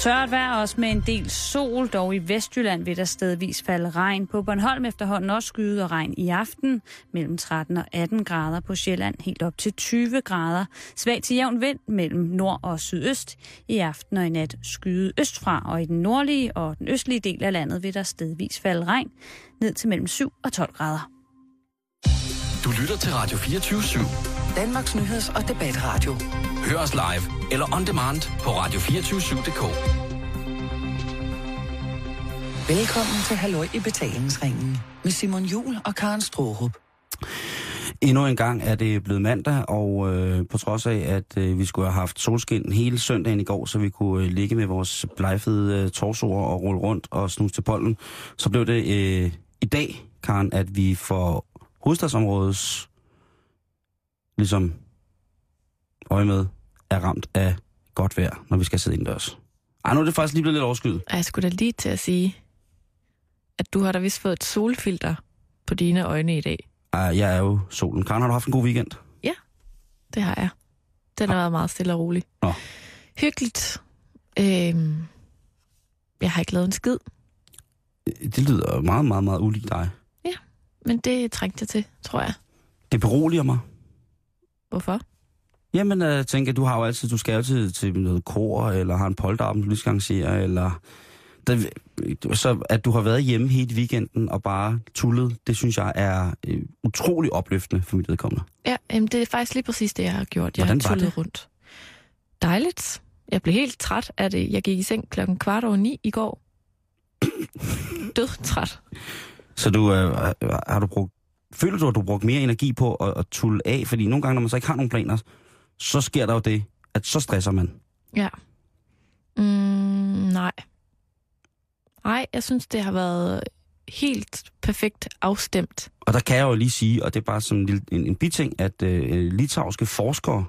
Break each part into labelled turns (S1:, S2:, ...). S1: Tørt vejr også med en del sol, dog i Vestjylland vil der stedvis falde regn. På Bornholm efterhånden også skyde og regn i aften, mellem 13 og 18 grader på Sjælland, helt op til 20 grader. Svag til jævn vind mellem nord og sydøst. I aften og i nat skyde østfra, og i den nordlige og den østlige del af landet vil der stedvis falde regn, ned til mellem 7 og 12 grader.
S2: Du lytter til Radio 24 /7.
S3: Danmarks Nyheds- og Debatradio.
S2: Hør os live eller on demand på radio247.dk.
S3: Velkommen til Halløj i Betalingsringen med Simon Jul og Karen Strohrup.
S4: Endnu en gang er det blevet mandag, og øh, på trods af, at øh, vi skulle have haft solskin hele søndagen i går, så vi kunne øh, ligge med vores blegfede øh, torsoer og rulle rundt og snuse til pollen, så blev det øh, i dag, Karen, at vi får hovedstadsområdets ligesom øje med, er ramt af godt vejr, når vi skal sidde indendørs. Ej, nu er det faktisk lige blevet lidt overskyet.
S5: Og jeg skulle da lige til at sige, at du har da vist fået et solfilter på dine øjne i dag.
S4: Ej, jeg er jo solen. Karen, har du haft en god weekend?
S5: Det har jeg. Den har været meget stille og rolig.
S4: Nå.
S5: Hyggeligt. Øhm, jeg har ikke lavet en skid,
S4: Det lyder meget, meget, meget ulig dig.
S5: men det trængte jeg til, tror jeg.
S4: Det beroliger mig.
S5: Hvorfor?
S4: Jamen, jeg tænker, du har jo altid, du skal jo altid til noget kor, eller har en polterappen, du lige skal arrangere, eller... Der, så at du har været hjemme hele weekenden og bare tullet, det synes jeg er øh, utrolig opløftende for mit vedkommende.
S5: Ja, jamen, det er faktisk lige præcis det, jeg har gjort. Jeg
S4: Hvordan
S5: har
S4: var
S5: tullet
S4: det?
S5: rundt. Dejligt. Jeg blev helt træt af det. Jeg gik i seng klokken kvart over ni i går. Død træt.
S4: Så du, øh, har- har du brugt, føler du, at du har brugt mere energi på at, at tulle af? Fordi nogle gange, når man så ikke har nogen planer, så sker der jo det, at så stresser man.
S5: Mm, nej. Nej, jeg synes, det har været helt perfekt afstemt.
S4: Og der kan jeg jo lige sige, og det er bare sådan en, lille- en, en biting, at øh, litauiske forskere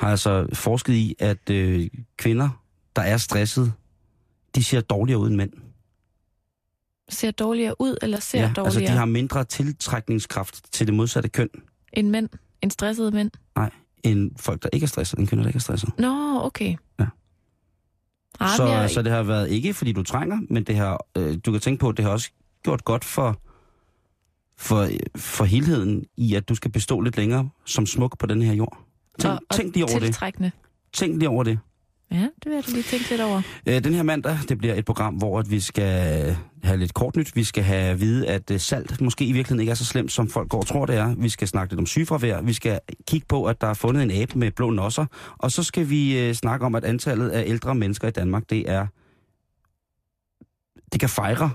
S4: har altså forsket i, at øh, kvinder, der er stresset, de ser dårligere ud end mænd.
S5: Ser dårligere ud, eller ser dårligere
S4: altså de har mindre tiltrækningskraft til det modsatte køn,
S5: end mænd? End stressede mænd?
S4: end folk, der ikke er stresset, end kvinder, der ikke er stresset.
S5: Nå, okay.
S4: Ja.
S5: Ej,
S4: så,
S5: men jeg,
S4: så det har været ikke, fordi du trænger, men det har, øh, du kan tænke på, at det har også gjort godt for, for, for helheden i, at du skal bestå lidt længere som smuk på den her jord. Tænk,
S5: og, og
S4: tænk lige over det.
S5: tiltrækkende.
S4: Tænk lige over det.
S5: Ja, det vil jeg da lige tænke lidt over.
S4: Øh, Den her mandag, det bliver et program, hvor at vi skal øh, have lidt kort nyt. Vi skal have at vide, at øh, salt måske i virkeligheden ikke er så slemt, som folk går og tror, det er. Vi skal snakke lidt om sygefravær. Vi skal kigge på, at der er fundet en abe med blå nosser. Og så skal vi øh, snakke om, at antallet af ældre mennesker i Danmark, det er... Det kan fejre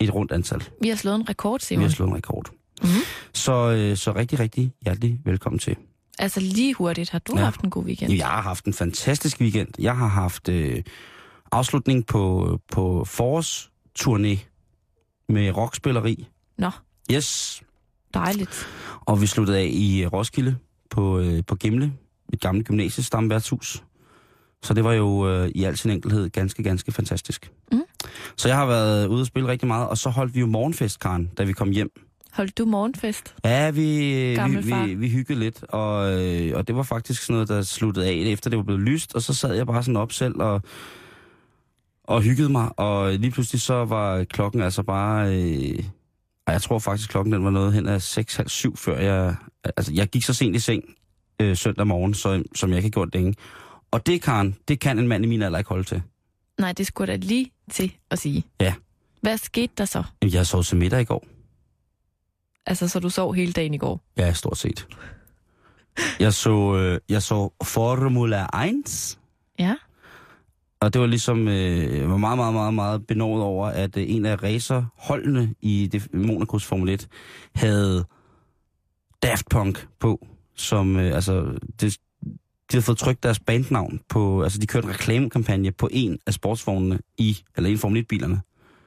S4: et rundt antal.
S5: Vi har slået en rekord,
S4: Vi har
S5: Simon.
S4: slået en rekord.
S5: Mhm.
S4: Så, øh, så rigtig, rigtig hjertelig velkommen til.
S5: Altså lige hurtigt, har du
S4: Ja.
S5: ja. haft en god weekend?
S4: Jamen, Jeg har haft en fantastisk weekend. Jeg har haft øh, afslutning på, på forårsturné med rockspilleri.
S5: Nå,
S4: Yes.
S5: dejligt.
S4: Og vi sluttede af i øh, Roskilde på, øh, på Gimle, mit gamle gymnasiestamværtshus. Så det var jo øh, i al sin enkelhed ganske, ganske fantastisk.
S5: Mm.
S4: Så jeg har været ude og spille rigtig meget, og så holdt vi jo morgenfest, Karen, da vi kom hjem.
S5: Holdt du morgenfest?
S4: Ja, vi, vi,
S5: Gammelfar.
S4: vi, vi hyggede lidt, og, øh, og det var faktisk sådan noget, der sluttede af, efter det var blevet lyst, og så sad jeg bare sådan op selv og, og hyggede mig, og lige pludselig så var klokken altså bare... Øh, ej, jeg tror faktisk, klokken den var noget hen af 6 halv syv, før jeg... Altså, jeg gik så sent i seng øh, søndag morgen, så, som jeg ikke har gjort længe. Og det, Karen, det kan en mand i min alder ikke holde til.
S5: Nej, det skulle jeg da lige til at sige.
S4: Ja.
S5: Hvad skete der så?
S4: Jamen, Jeg sov til middag i går.
S5: Altså, så du sov hele dagen i går?
S4: Ja, stort set. Jeg så, øh, jeg så Formula 1.
S5: Ja.
S4: Og det var ligesom, øh, jeg var meget, meget, meget, meget benovet over, at øh, en af racerholdene i det, Monacos Formel 1 havde Daft Punk på, som, øh, altså, det, de havde fået trykt deres bandnavn på, altså de kørte en reklamekampagne på en af sportsvognene i, eller en af Formel 1-bilerne.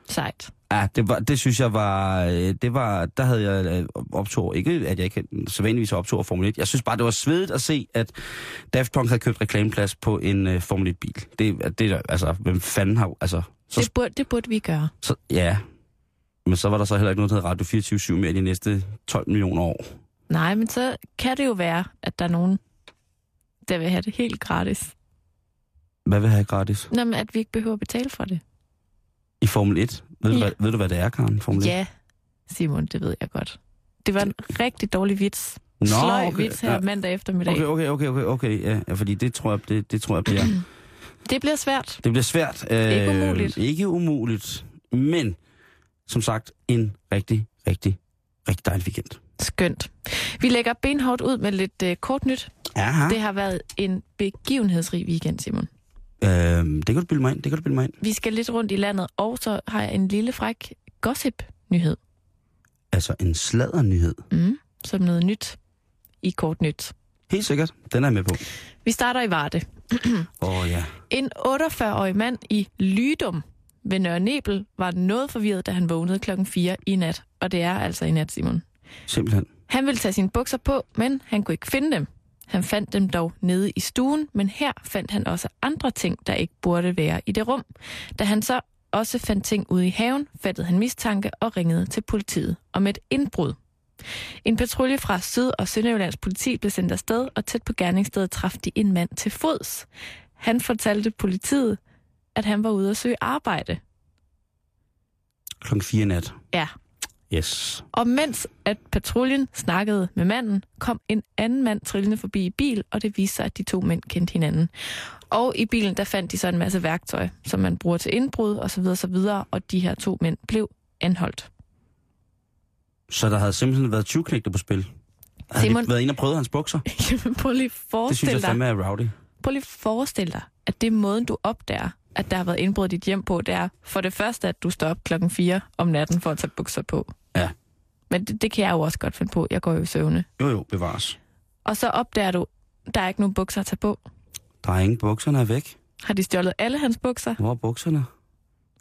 S5: Sejt.
S4: Ja, det, var, det synes jeg var, øh, det var, der havde jeg øh, optog, ikke at jeg ikke sædvanligvis optog Formel 1. Jeg synes bare, det var svedigt at se, at Daft Punk havde købt reklameplads på en øh, Formel 1-bil. Det, det er der, altså, hvem fanden har, altså, Så-
S5: Det burde, det burde vi gøre.
S4: så, ja. Men så var der så heller ikke noget, der hed Radio 24-7 mere i de næste 12 millioner år.
S5: Nej, men så kan det jo være, at der er nogen, der vil have det helt gratis.
S4: Hvad vil jeg have gratis?
S5: Nå, men at vi ikke behøver at betale for det.
S4: I Formel 1? Ved, du,
S5: Ja.
S4: hvad, ved du, hvad det er, Karen? Formel 1?
S5: Ja, Simon, det ved jeg godt. Det var en rigtig dårlig vits.
S4: Nå,
S5: Sløj
S4: okay.
S5: vits her
S4: Ja.
S5: mandag eftermiddag.
S4: Okay, okay, okay, okay, okay. Ja, ja, fordi det tror jeg, det, det tror jeg bliver...
S5: Det bliver svært.
S4: Det bliver svært. Øh,
S5: Ikke umuligt.
S4: Ikke umuligt. Men, som sagt, en rigtig, rigtig, rigtig dejlig weekend.
S5: Skønt. Vi lægger benhårdt ud med lidt øh, kort nyt.
S4: Ah. Aha. Det,
S5: Det har været en begivenhedsrig weekend, Simon.
S4: øhm, det kan du bilde mig ind, det kan du bilde mig ind.
S5: Vi skal lidt rundt i landet, og så har jeg en lille fræk gossip-nyhed,
S4: Altså, en sladdernyhed.
S5: mm. som noget nyt i kort nyt.
S4: Helt sikkert. Den er jeg med på.
S5: Vi starter i Varde.
S4: Åh oh, ja.
S5: En 48-årig mand i Lydum ved Nørre Nebel var noget forvirret, da han vågnede klokken 4 i nat. Og det er altså i nat, Simon.
S4: Simpelthen.
S5: Han ville tage sine bukser på, men han kunne ikke finde dem. Han fandt dem dog nede i stuen, men her fandt han også andre ting, der ikke burde være i det rum. Da han så også fandt ting ude i haven, fattede han mistanke og ringede til politiet om et indbrud. En patrulje fra Syd- og Sønderjyllands politi blev sendt afsted, og tæt på gerningsstedet traf de en mand til fods. Han fortalte politiet, at han var ude at søge arbejde.
S4: Klokken 4 nat.
S5: Ja,
S4: Yes.
S5: Og mens at patruljen snakkede med manden, kom en anden mand trillende forbi i bil, og det viste sig, at de to mænd kendte hinanden. Og i bilen, der fandt de så en masse værktøj, som man bruger til indbrud osv. osv., og de her to mænd blev anholdt.
S4: Så der havde simpelthen været 20 knægte på spil. Har Simon...
S5: Simon-
S4: de været inde og prøvet hans bukser?
S5: Jamen, prøv lige
S4: Det
S5: at
S4: synes
S5: forestille
S4: jeg
S5: dig,
S4: fandme er rowdy.
S5: prøv lige at forestille dig, at det er måden, du opdager, at der har været indbrud i dit hjem på, det er for det første, at du står op klokken 4 om natten for at tage bukser på.
S4: Ja.
S5: Men det, det kan jeg jo også godt finde på. Jeg går jo i søvne.
S4: Jo jo, bevares.
S5: Og så opdager du, der er ikke nogen bukser at tage på.
S4: Der er ingen bukserne er væk.
S5: Har de stjålet alle hans bukser?
S4: Hvor er bukserne?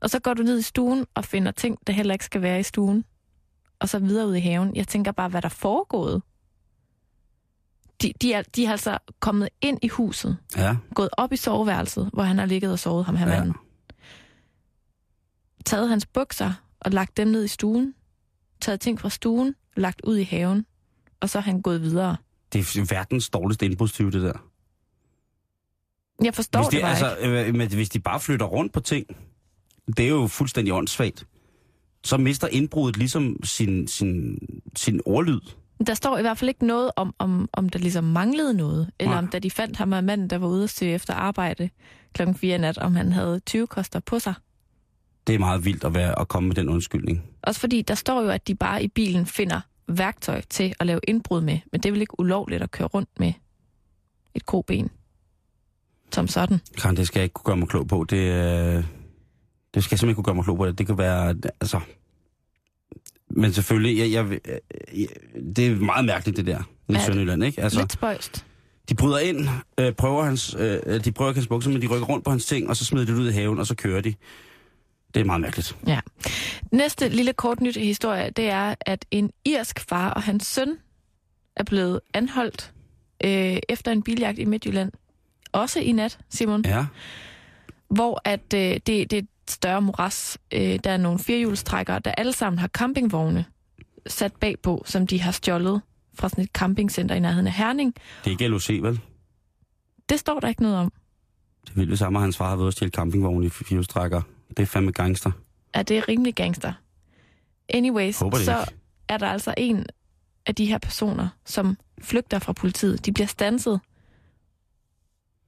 S5: Og så går du ned i stuen og finder ting, der heller ikke skal være i stuen. Og så videre ud i haven. Jeg tænker bare, hvad der er foregået. De, de, er, de er altså kommet ind i huset,
S4: Ja.
S5: gået op i soveværelset, hvor han har ligget og sovet ham her
S4: Ja.
S5: manden. Taget hans bukser og lagt dem ned i stuen. Taget ting fra stuen, lagt ud i haven. Og så er han gået videre.
S4: Det er verdens dårligste indbrudstyve, det der.
S5: Jeg forstår
S4: hvis
S5: det,
S4: de,
S5: det bare altså... ikke.
S4: altså, øh, men hvis de bare flytter rundt på ting, det er jo fuldstændig åndssvagt. Så mister indbruddet ligesom sin, sin, sin ordlyd.
S5: Der står i hvert fald ikke noget om, om, om der ligesom manglede noget, eller
S4: Nej.
S5: om da de fandt ham og manden, der var ude at søge efter arbejde klokken 4 i nat, om han havde 20 koster på sig.
S4: Det er meget vildt at, være, at komme med den undskyldning.
S5: Også fordi der står jo, at de bare i bilen finder værktøj til at lave indbrud med, men det er vel ikke ulovligt at køre rundt med et kroben. Som sådan.
S4: Karen, det skal jeg ikke kunne gøre mig klog på. Det, øh, det skal jeg simpelthen ikke kunne gøre mig klog på. Det kan være, altså... Men selvfølgelig, jeg, jeg, jeg, det er meget mærkeligt, det der. I
S5: Ja.
S4: Sønderjylland, ikke? Altså,
S5: Altså... Lidt spøjst.
S4: de bryder ind, øh, prøver hans, øh, de prøver ikke hans bukser, men de rykker rundt på hans ting, og så smider de det ud i haven, og så kører de. Det er meget mærkeligt.
S5: Ja. Næste lille kort nyt historie, det er, at en irsk far og hans søn er blevet anholdt øh, efter en biljagt i Midtjylland. Også i nat, Simon.
S4: Ja.
S5: hvor at øh, det, det er et større moras. Øh, der er nogle firehjulstrækkere, der alle sammen har campingvogne sat bagpå, som de har stjålet fra sådan et campingcenter i nærheden af Herning.
S4: Det er ikke LOC, vel?
S5: Det står der ikke noget om.
S4: Det er vildt det samme, at hans far har været til campingvogn i fjolstrækker. Det er fandme gangster.
S5: Er det rimelig gangster? Anyways,
S4: Håber det
S5: så
S4: ikke.
S5: er der altså en af de her personer, som flygter fra politiet. De bliver stanset,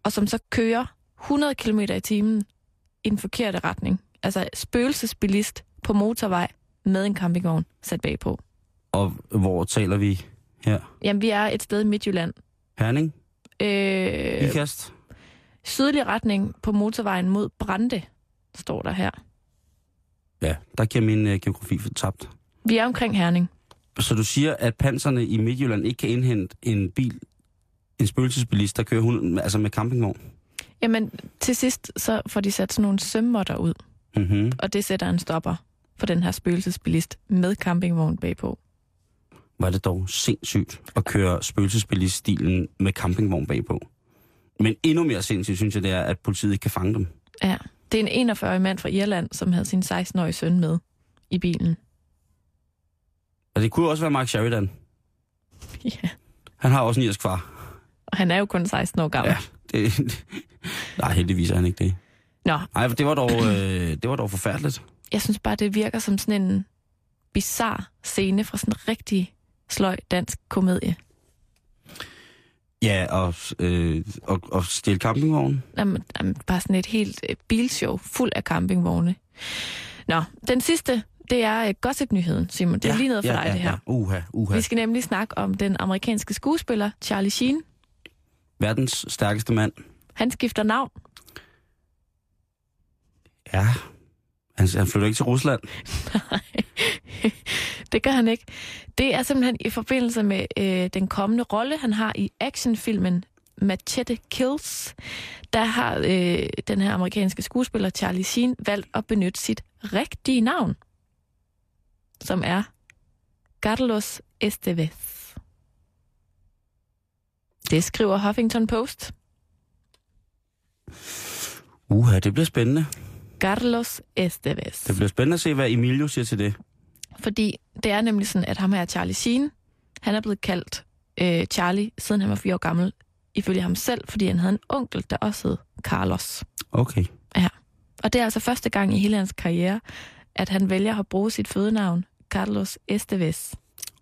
S5: og som så kører 100 km i timen i den forkerte retning. Altså spøgelsesbilist på motorvej med en campingvogn sat bagpå.
S4: Og hvor taler vi her?
S5: Jamen, vi er et sted i Midtjylland.
S4: Herning?
S5: Øh,
S4: Ikast?
S5: sydlig retning på motorvejen mod Brande, står der her.
S4: Ja, der giver min øh, geografi for tabt.
S5: Vi er omkring Herning.
S4: Så du siger, at panserne i Midtjylland ikke kan indhente en bil, en spøgelsesbilist, der kører 100, altså med campingvogn?
S5: Jamen, til sidst så får de sat sådan nogle sømmer ud,
S4: Mm-hmm.
S5: og det sætter en stopper for den her spøgelsesbilist med campingvogn bagpå.
S4: Var det dog sindssygt at køre spøgelsesbilist-stilen med campingvogn bagpå. Men endnu mere sindssygt, synes jeg, det er, at politiet ikke kan fange dem.
S5: Ja, det er en 41-årig mand fra Irland, som havde sin 16-årige søn med i bilen.
S4: Og det kunne jo også være Mark Sheridan.
S5: Ja,
S4: Han har også en irsk far.
S5: og han er jo kun 16 år gammel.
S4: Ja. Det, nej, heldigvis er han ikke det.
S5: Nå,
S4: Nej, det var dog, øh, det var dog forfærdeligt.
S5: jeg synes bare, det virker som sådan en bizar scene fra sådan en rigtig sløj dansk komedie.
S4: Ja, og, øh, og, og stjæle campingvognen.
S5: Jamen, jamen, bare sådan et helt øh, bilshow fuld af campingvogne. Nå, den sidste, det er øh, gossip-nyheden, Simon. Det er lige noget for
S4: ja,
S5: dig,
S4: ja,
S5: det her.
S4: Ja. Uha, uha.
S5: Vi skal nemlig snakke om den amerikanske skuespiller Charlie Sheen.
S4: Verdens stærkeste mand.
S5: Han skifter navn.
S4: Ja. Han, han flytter ikke til Rusland.
S5: Det gør han ikke. Det er simpelthen i forbindelse med øh, den kommende rolle, han har i actionfilmen Machete Kills. Der har øh, den her amerikanske skuespiller Charlie Sheen valgt at benytte sit rigtige navn, som er Carlos Estevez. Det skriver Huffington Post.
S4: Uha, det bliver spændende.
S5: Carlos Estevez.
S4: Det bliver spændende at se, hvad Emilio siger til det.
S5: Fordi det er nemlig sådan, at ham her Charlie Sheen, han er blevet kaldt øh, Charlie, siden han var fire år gammel, ifølge ham selv, fordi han havde en onkel, der også hed Carlos.
S4: Okay.
S5: Og det er altså første gang i hele hans karriere, at han vælger at bruge sit fødenavn, Carlos Estevez.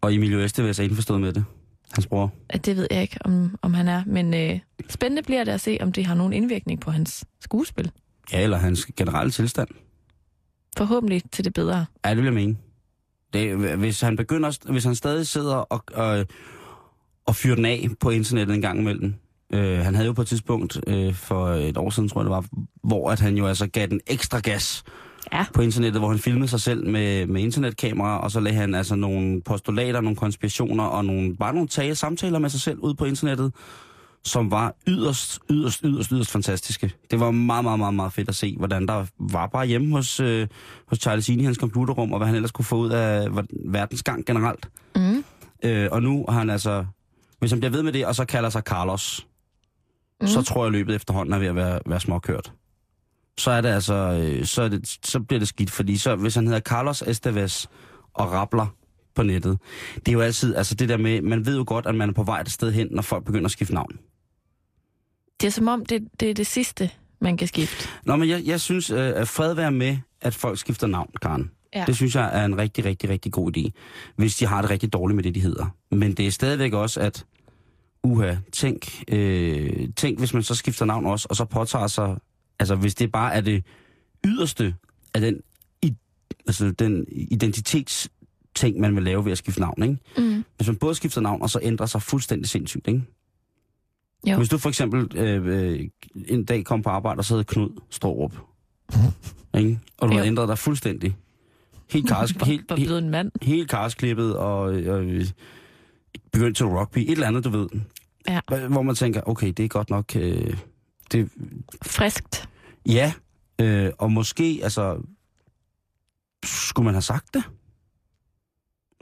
S4: Og Emilio Estevez er indforstået med det. Hans bror.
S5: At Det ved jeg ikke, om, om han er, men øh, spændende bliver det at se, om det har nogen indvirkning på hans skuespil.
S4: Ja, eller hans generelle tilstand.
S5: Forhåbentlig til det bedre.
S4: Ja, det vil jeg mene. Det, hvis, han begynder, hvis han stadig sidder og, og, og fyrer den af på internettet en gang imellem. Øh, han havde jo på et tidspunkt øh, for et år siden, tror jeg det var, hvor at han jo altså gav den ekstra gas
S5: Ja.
S4: på internettet, hvor han filmede sig selv med, med internetkamera, og så lagde han altså nogle postulater, nogle konspirationer og nogle, bare nogle tale, samtaler med sig selv ud på internettet, som var yderst, yderst, yderst, yderst fantastiske. Det var meget, meget, meget, meget fedt at se, hvordan der var bare hjemme hos, øh, hos Charles Ine i hans computerrum, og hvad han ellers kunne få ud af hvordan- verdens gang generelt.
S5: Mm.
S4: Øh, og nu har han altså, hvis han bliver ved med det, og så kalder sig Carlos, mm. så tror jeg løbet efterhånden er ved at være, være småkørt. Så er det altså, øh, så, er det, så bliver det skidt, fordi så, hvis han hedder Carlos Estevez og rabler på nettet, det er jo altid, altså det der med, man ved jo godt, at man er på vej et sted hen, når folk begynder at skifte navn.
S5: Det er som om, det, det er det sidste, man kan skifte.
S4: Nå, men jeg, jeg synes, øh, at fred være med, at folk skifter navn, Karen.
S5: Ja.
S4: Det synes jeg er en rigtig, rigtig, rigtig god idé, hvis de har det rigtig dårligt med det, de hedder. Men det er stadigvæk også, at uha, tænk, øh, tænk hvis man så skifter navn også, og så påtager sig, altså hvis det bare er det yderste af den, i, altså, den identitets ting, man vil lave ved at skifte navn, ikke?
S5: Mm.
S4: Hvis man både skifter navn, og så ændrer sig fuldstændig sindssygt, ikke?
S5: Jo.
S4: Hvis du for eksempel øh, øh, en dag kom på arbejde, og så hed Knud Strårup, ikke? og du havde
S5: Jo.
S4: ændret dig fuldstændig. Helt, kars, helt,
S5: Var
S4: helt,
S5: blevet en mand.
S4: helt karsklippet, og, øh, og øh, begyndt til rugby, et eller andet, du ved.
S5: Ja.
S4: Hvor- Hvor man tænker, okay, det er godt nok... Øh, det,
S5: Friskt.
S4: ja, øh, og måske, altså... Skulle man have sagt det?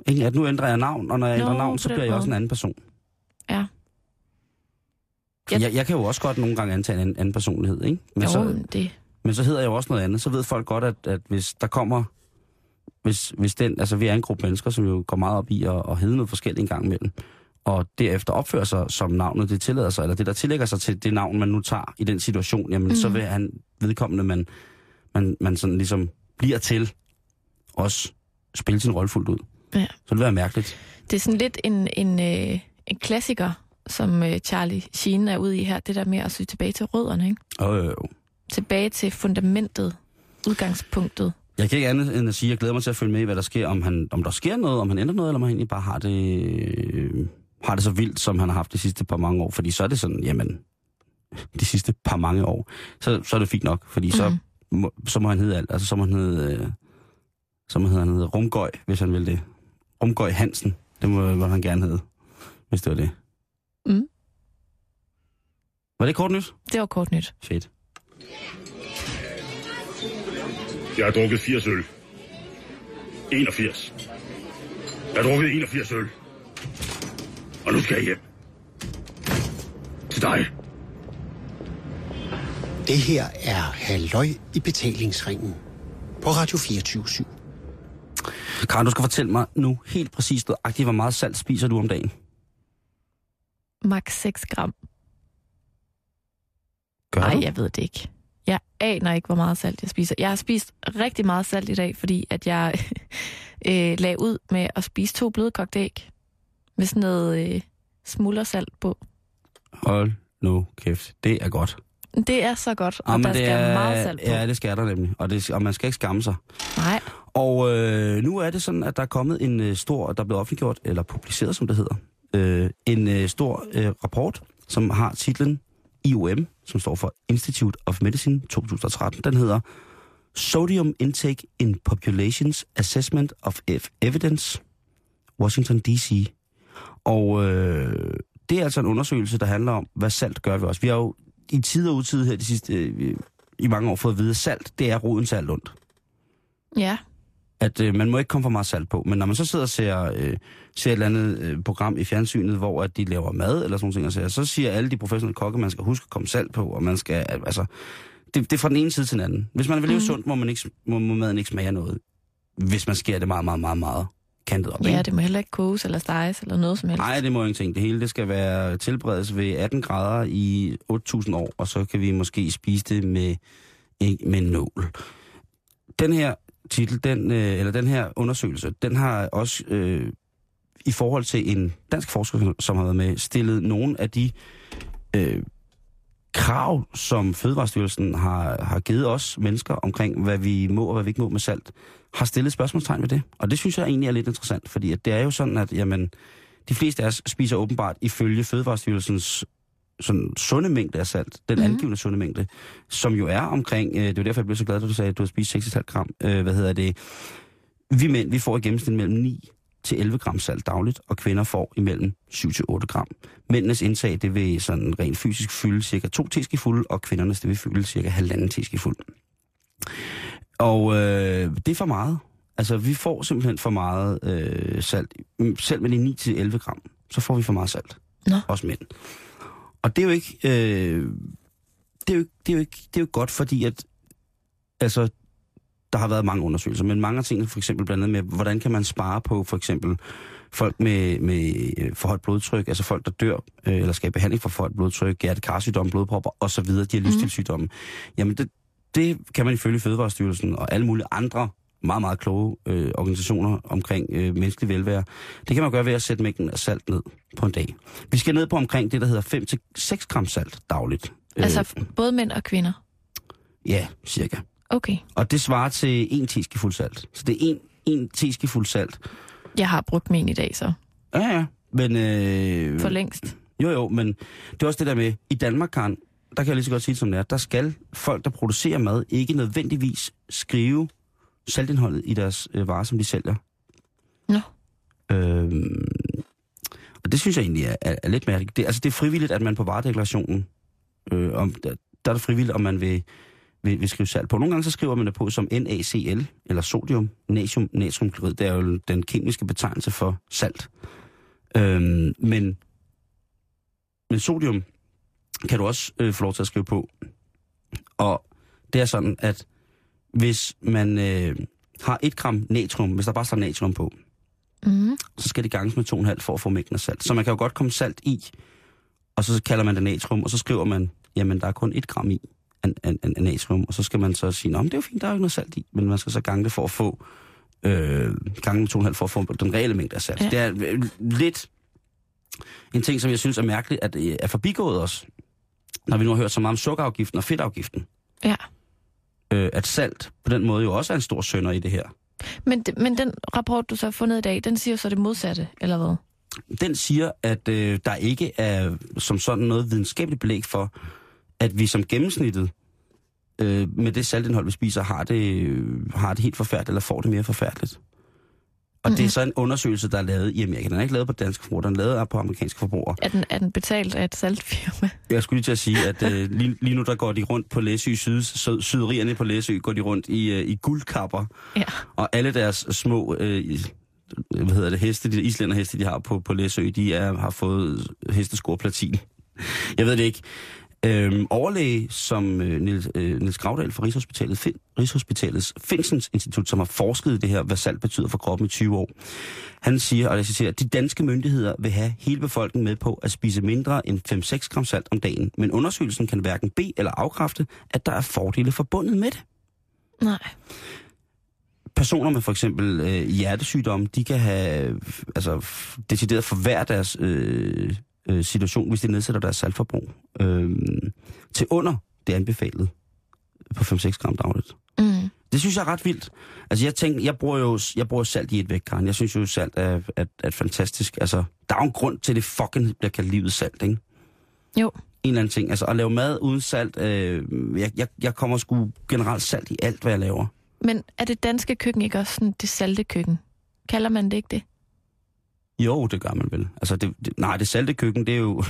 S4: Ikke? At nu ændrer jeg navn, og når jeg
S5: Nå,
S4: ændrer navn, så
S5: på den
S4: bliver jeg også
S5: måde.
S4: en anden person.
S5: Ja.
S4: For
S5: Jeg-
S4: Jeg, jeg kan jo også godt nogle gange antage en anden, anden personlighed, ikke? Men,
S5: Jo,
S4: så,
S5: men det,
S4: men så hedder jeg jo også noget andet. Så ved folk godt, at, at hvis der kommer... Hvis, hvis den, altså vi er en gruppe mennesker, som jo går meget op i at, at hedde noget forskelligt en gang imellem, og derefter opfører sig, som navnet det tillader sig, eller det, der tillægger sig til det navn, man nu tager i den situation, jamen mm. så vil han vedkommende, man, man, man sådan ligesom bliver til, også spille sin rolle fuldt ud.
S5: Ja.
S4: Så det vil være mærkeligt.
S5: Det er sådan lidt en, en, øh, en klassiker, som øh, Charlie Sheen er ude i her, det der med at sy tilbage til rødderne, ikke?
S4: Øh, øh,
S5: tilbage til fundamentet, udgangspunktet.
S4: Jeg kan ikke andet end at sige, at jeg glæder mig til at følge med i, hvad der sker. Om, han, om der sker noget, om han ændrer noget, eller om han egentlig bare har det, øh, har det så vildt, som han har haft de sidste par mange år. Fordi så er det sådan, jamen, de sidste par mange år, så, så er det fint nok. Fordi så,
S5: Mhm.
S4: mm. må, så må han hedde alt. Altså, så må han hedde, øh, så må hedde, han hedde Rumgøj, hvis han vil det. Rumgøj Hansen, det må, må han gerne hedde, hvis det var det.
S5: Mm.
S4: Var det kort nyt?
S5: Det var kort nyt.
S4: Fedt.
S6: Jeg har drukket 80 øl. 81. Jeg har drukket 81 øl. Og nu skal jeg hjem. Til dig.
S7: Det her er Halløj i betalingsringen på Radio 24 /7.
S4: Karen, du skal fortælle mig nu helt præcist, nøjagtigt, hvor meget salt spiser du om dagen?
S5: Max 6 gram.
S4: Gør
S5: Nej,
S4: du?
S5: jeg ved det ikke. Jeg aner ikke, hvor meget salt jeg spiser. Jeg har spist rigtig meget salt i dag, fordi at jeg øh, lagde ud med at spise to blødkogte æg med sådan noget øh, smuldersalt på.
S4: Hold nu kæft. Det er godt.
S5: Det er så godt, og
S4: Jamen,
S5: der skal er... meget salt på.
S4: Ja, det skal der nemlig. Og, det, og man skal ikke skamme sig.
S5: Nej,
S4: Og øh, nu er det sådan, at der er kommet en øh, stor, der er blevet offentliggjort, eller publiceret, som det hedder, øh, en øh, stor øh, rapport, som har titlen IOM, som står for Institute of Medicine 2013. Den hedder Sodium Intake in Populations Assessment of Ev- Evidence, Washington D.C. Og øh, det er altså en undersøgelse, der handler om, hvad salt gør ved os. Vi har jo i tid og utid her de sidste, øh, i mange år fået at vide, at salt, det er roden til alt ondt
S5: ja.
S4: at øh, man må ikke komme for meget salt på. Men når man så sidder og ser, øh, ser et eller andet øh, program i fjernsynet, hvor at de laver mad eller sådan noget, så, så siger alle de professionelle kokke, at man skal huske at komme salt på, og man skal, al- altså, det, det er fra den ene side til den anden. Hvis man vil leve mm. sundt, må, man ikke, må, må maden ikke smage af noget. Hvis man skærer det meget, meget, meget, meget kantet op.
S5: ja, det må heller ikke koges eller steges eller noget som helst.
S4: Nej, det må jeg ingenting. Det hele det skal være tilberedes ved 18 grader i 8.000 år, og så kan vi måske spise det med, ikke, med en nål. Den her titel, den, øh, eller den her undersøgelse, den har også øh, i forhold til en dansk forsker, som har været med, stillet nogle af de øh, krav, som Fødevarestyrelsen har, har givet os mennesker omkring, hvad vi må og hvad vi ikke må med salt, har stillet spørgsmålstegn ved det. Og det synes jeg egentlig er lidt interessant, fordi at det er jo sådan, at jamen, de fleste af os spiser åbenbart ifølge Fødevarestyrelsens sådan sunde mængde af salt, den
S5: Mhm.
S4: angivende sunde mængde, som jo er omkring, øh, det var derfor, jeg blev så glad, da du sagde, at du har spist 6,5 gram, øh, hvad hedder det, vi mænd, vi får i gennemsnit mellem 9 til 11 gram salt dagligt, og kvinder får imellem 7 til 8 gram. Mændenes indtag, det vil sådan rent fysisk fylde cirka 2 teskefulde, og kvindernes, det vil fylde cirka halvanden teskefuld. Og øh, det er for meget. Altså, vi får simpelthen for meget øh, salt. Mm, Selv med de 9-11 gram, så får vi for meget salt.
S5: Nå.
S4: Også mænd. Og det er jo ikke... Øh, det er, jo, ikke- det, er jo ikke, det er jo godt, fordi at, altså, der har været mange undersøgelser, men mange af tingene, for eksempel blandt andet med, hvordan kan man spare på for eksempel folk med, med øh, for højt blodtryk, altså folk, der dør, øh, eller skal i behandling for for højt blodtryk, hjertekarsygdomme, blodpropper osv., dialysstilssygdomme. Mm. Jamen, det, det kan man ifølge Fødevarestyrelsen og alle mulige andre meget, meget kloge øh, organisationer omkring øh, menneskelig velvære. Det kan man gøre ved at sætte mængden af salt ned på en dag. Vi skal ned på omkring det, der hedder 5-6 gram salt dagligt.
S5: Altså både mænd og kvinder.
S4: øh, ja, cirka.
S5: Okay.
S4: Og det svarer til en teskefuld salt. Så det er en, en teskefuld salt.
S5: Jeg har brugt min i dag så,
S4: Ja, ja. Men, øh,
S5: for længst.
S4: jo, jo, men det er også det der med, i Danmark, Karen, der kan jeg lige så godt sige det, som det er, der skal folk, der producerer mad, ikke nødvendigvis skrive saltindholdet i deres øh, varer, som de sælger.
S5: Nå.
S4: Øhm, og det synes jeg egentlig er, er, er lidt mærkeligt. Det, altså, det er frivilligt, at man på varedeklarationen, øh, om, der, der er det frivilligt, om man vil, vil, vil skrive salt på. Nogle gange så skriver man det på som NaCl, eller sodium, natrium, natriumklorid. Det er jo den kemiske betegnelse for salt. Øhm, men, men sodium kan du også øh, få lov til at skrive på. Og det er sådan, at hvis man øh, har 1 gram natrium, hvis der bare står natrium på,
S5: Mm.
S4: så skal det ganges med 2,5 for at få mængden af salt. Så man kan jo godt komme salt i, og så kalder man det natrium, og så skriver man, jamen der er kun 1 gram i af, af, af- af natrium, og så skal man så sige, nå, men det er jo fint, der er jo ikke noget salt i, men man skal så gange det for at få, øh, gange med 2,5 for at få den reelle mængde af salt.
S5: Ja.
S4: Ja. Det er øh, lidt en ting, som jeg synes er mærkeligt, at øh, er forbigået os, når vi nu har hørt så meget om sukkerafgiften og fedtafgiften,
S5: Ja.
S4: øh, at salt på den måde jo også er en stor sønder i det her.
S5: Men, d- men den rapport, du så har fundet i dag, den siger jo så det modsatte, eller hvad?
S4: den siger, at øh, der ikke er som sådan noget videnskabeligt belæg for, at vi som gennemsnittet øh, med det saltindhold, vi spiser, har det, øh, har det helt forfærdeligt, eller får det mere forfærdeligt. Og mm-hmm. det er så en undersøgelse, der er lavet i Amerika. Den er ikke lavet på danske forbrugere, den er lavet på amerikanske forbrugere.
S5: Er den, er den betalt af et saltfirma?
S4: Jeg skulle lige til at sige, at øh, lige, lige nu der går de rundt på Læsø syd, syd, syderierne på Læsø, går de rundt i, øh, i guldkapper,
S5: Ja.
S4: og alle deres små øh, i- hvad hedder det, heste, de islænderheste, de har på, på Læsø, de er, har fået hesteskoplatin. Jeg ved det ikke. Øhm, overlæge som øh, Niels, øh, Niels Gravdal fra Rigshospitalet, fin, Rigshospitalets Finsens Institut, som har forsket i det her, hvad salt betyder for kroppen i 20 år, han siger, og jeg citerer, de danske myndigheder vil have hele befolkningen med på at spise mindre end 5-6 gram salt om dagen, men undersøgelsen kan hverken bede eller afkræfte, at der er fordele forbundet med det
S5: Nej.
S4: personer med for eksempel øh, hjertesygdomme, de kan have øh, altså, f- decideret forværre deres øh, øh, situation, hvis de nedsætter deres saltforbrug øh, til under det anbefalede på 5-6 gram dagligt.
S5: Mm.
S4: Det synes jeg er ret vildt. Altså jeg tænker, jeg bruger jo jeg bruger salt i et væk, Karen. Jeg synes jo, salt er, er, er fantastisk. Altså, der er jo en grund til, at det fucking bliver kaldt livet salt, ikke?
S5: Jo.
S4: en eller anden ting. Altså at lave mad uden salt, øh, jeg, jeg, jeg kommer sgu generelt salt i alt, hvad jeg laver.
S5: Men er det danske køkken ikke også sådan det salte køkken? Kalder man det ikke det?
S4: Jo, det gør man vel. Altså, det, det, nej, det salte køkken, det er jo...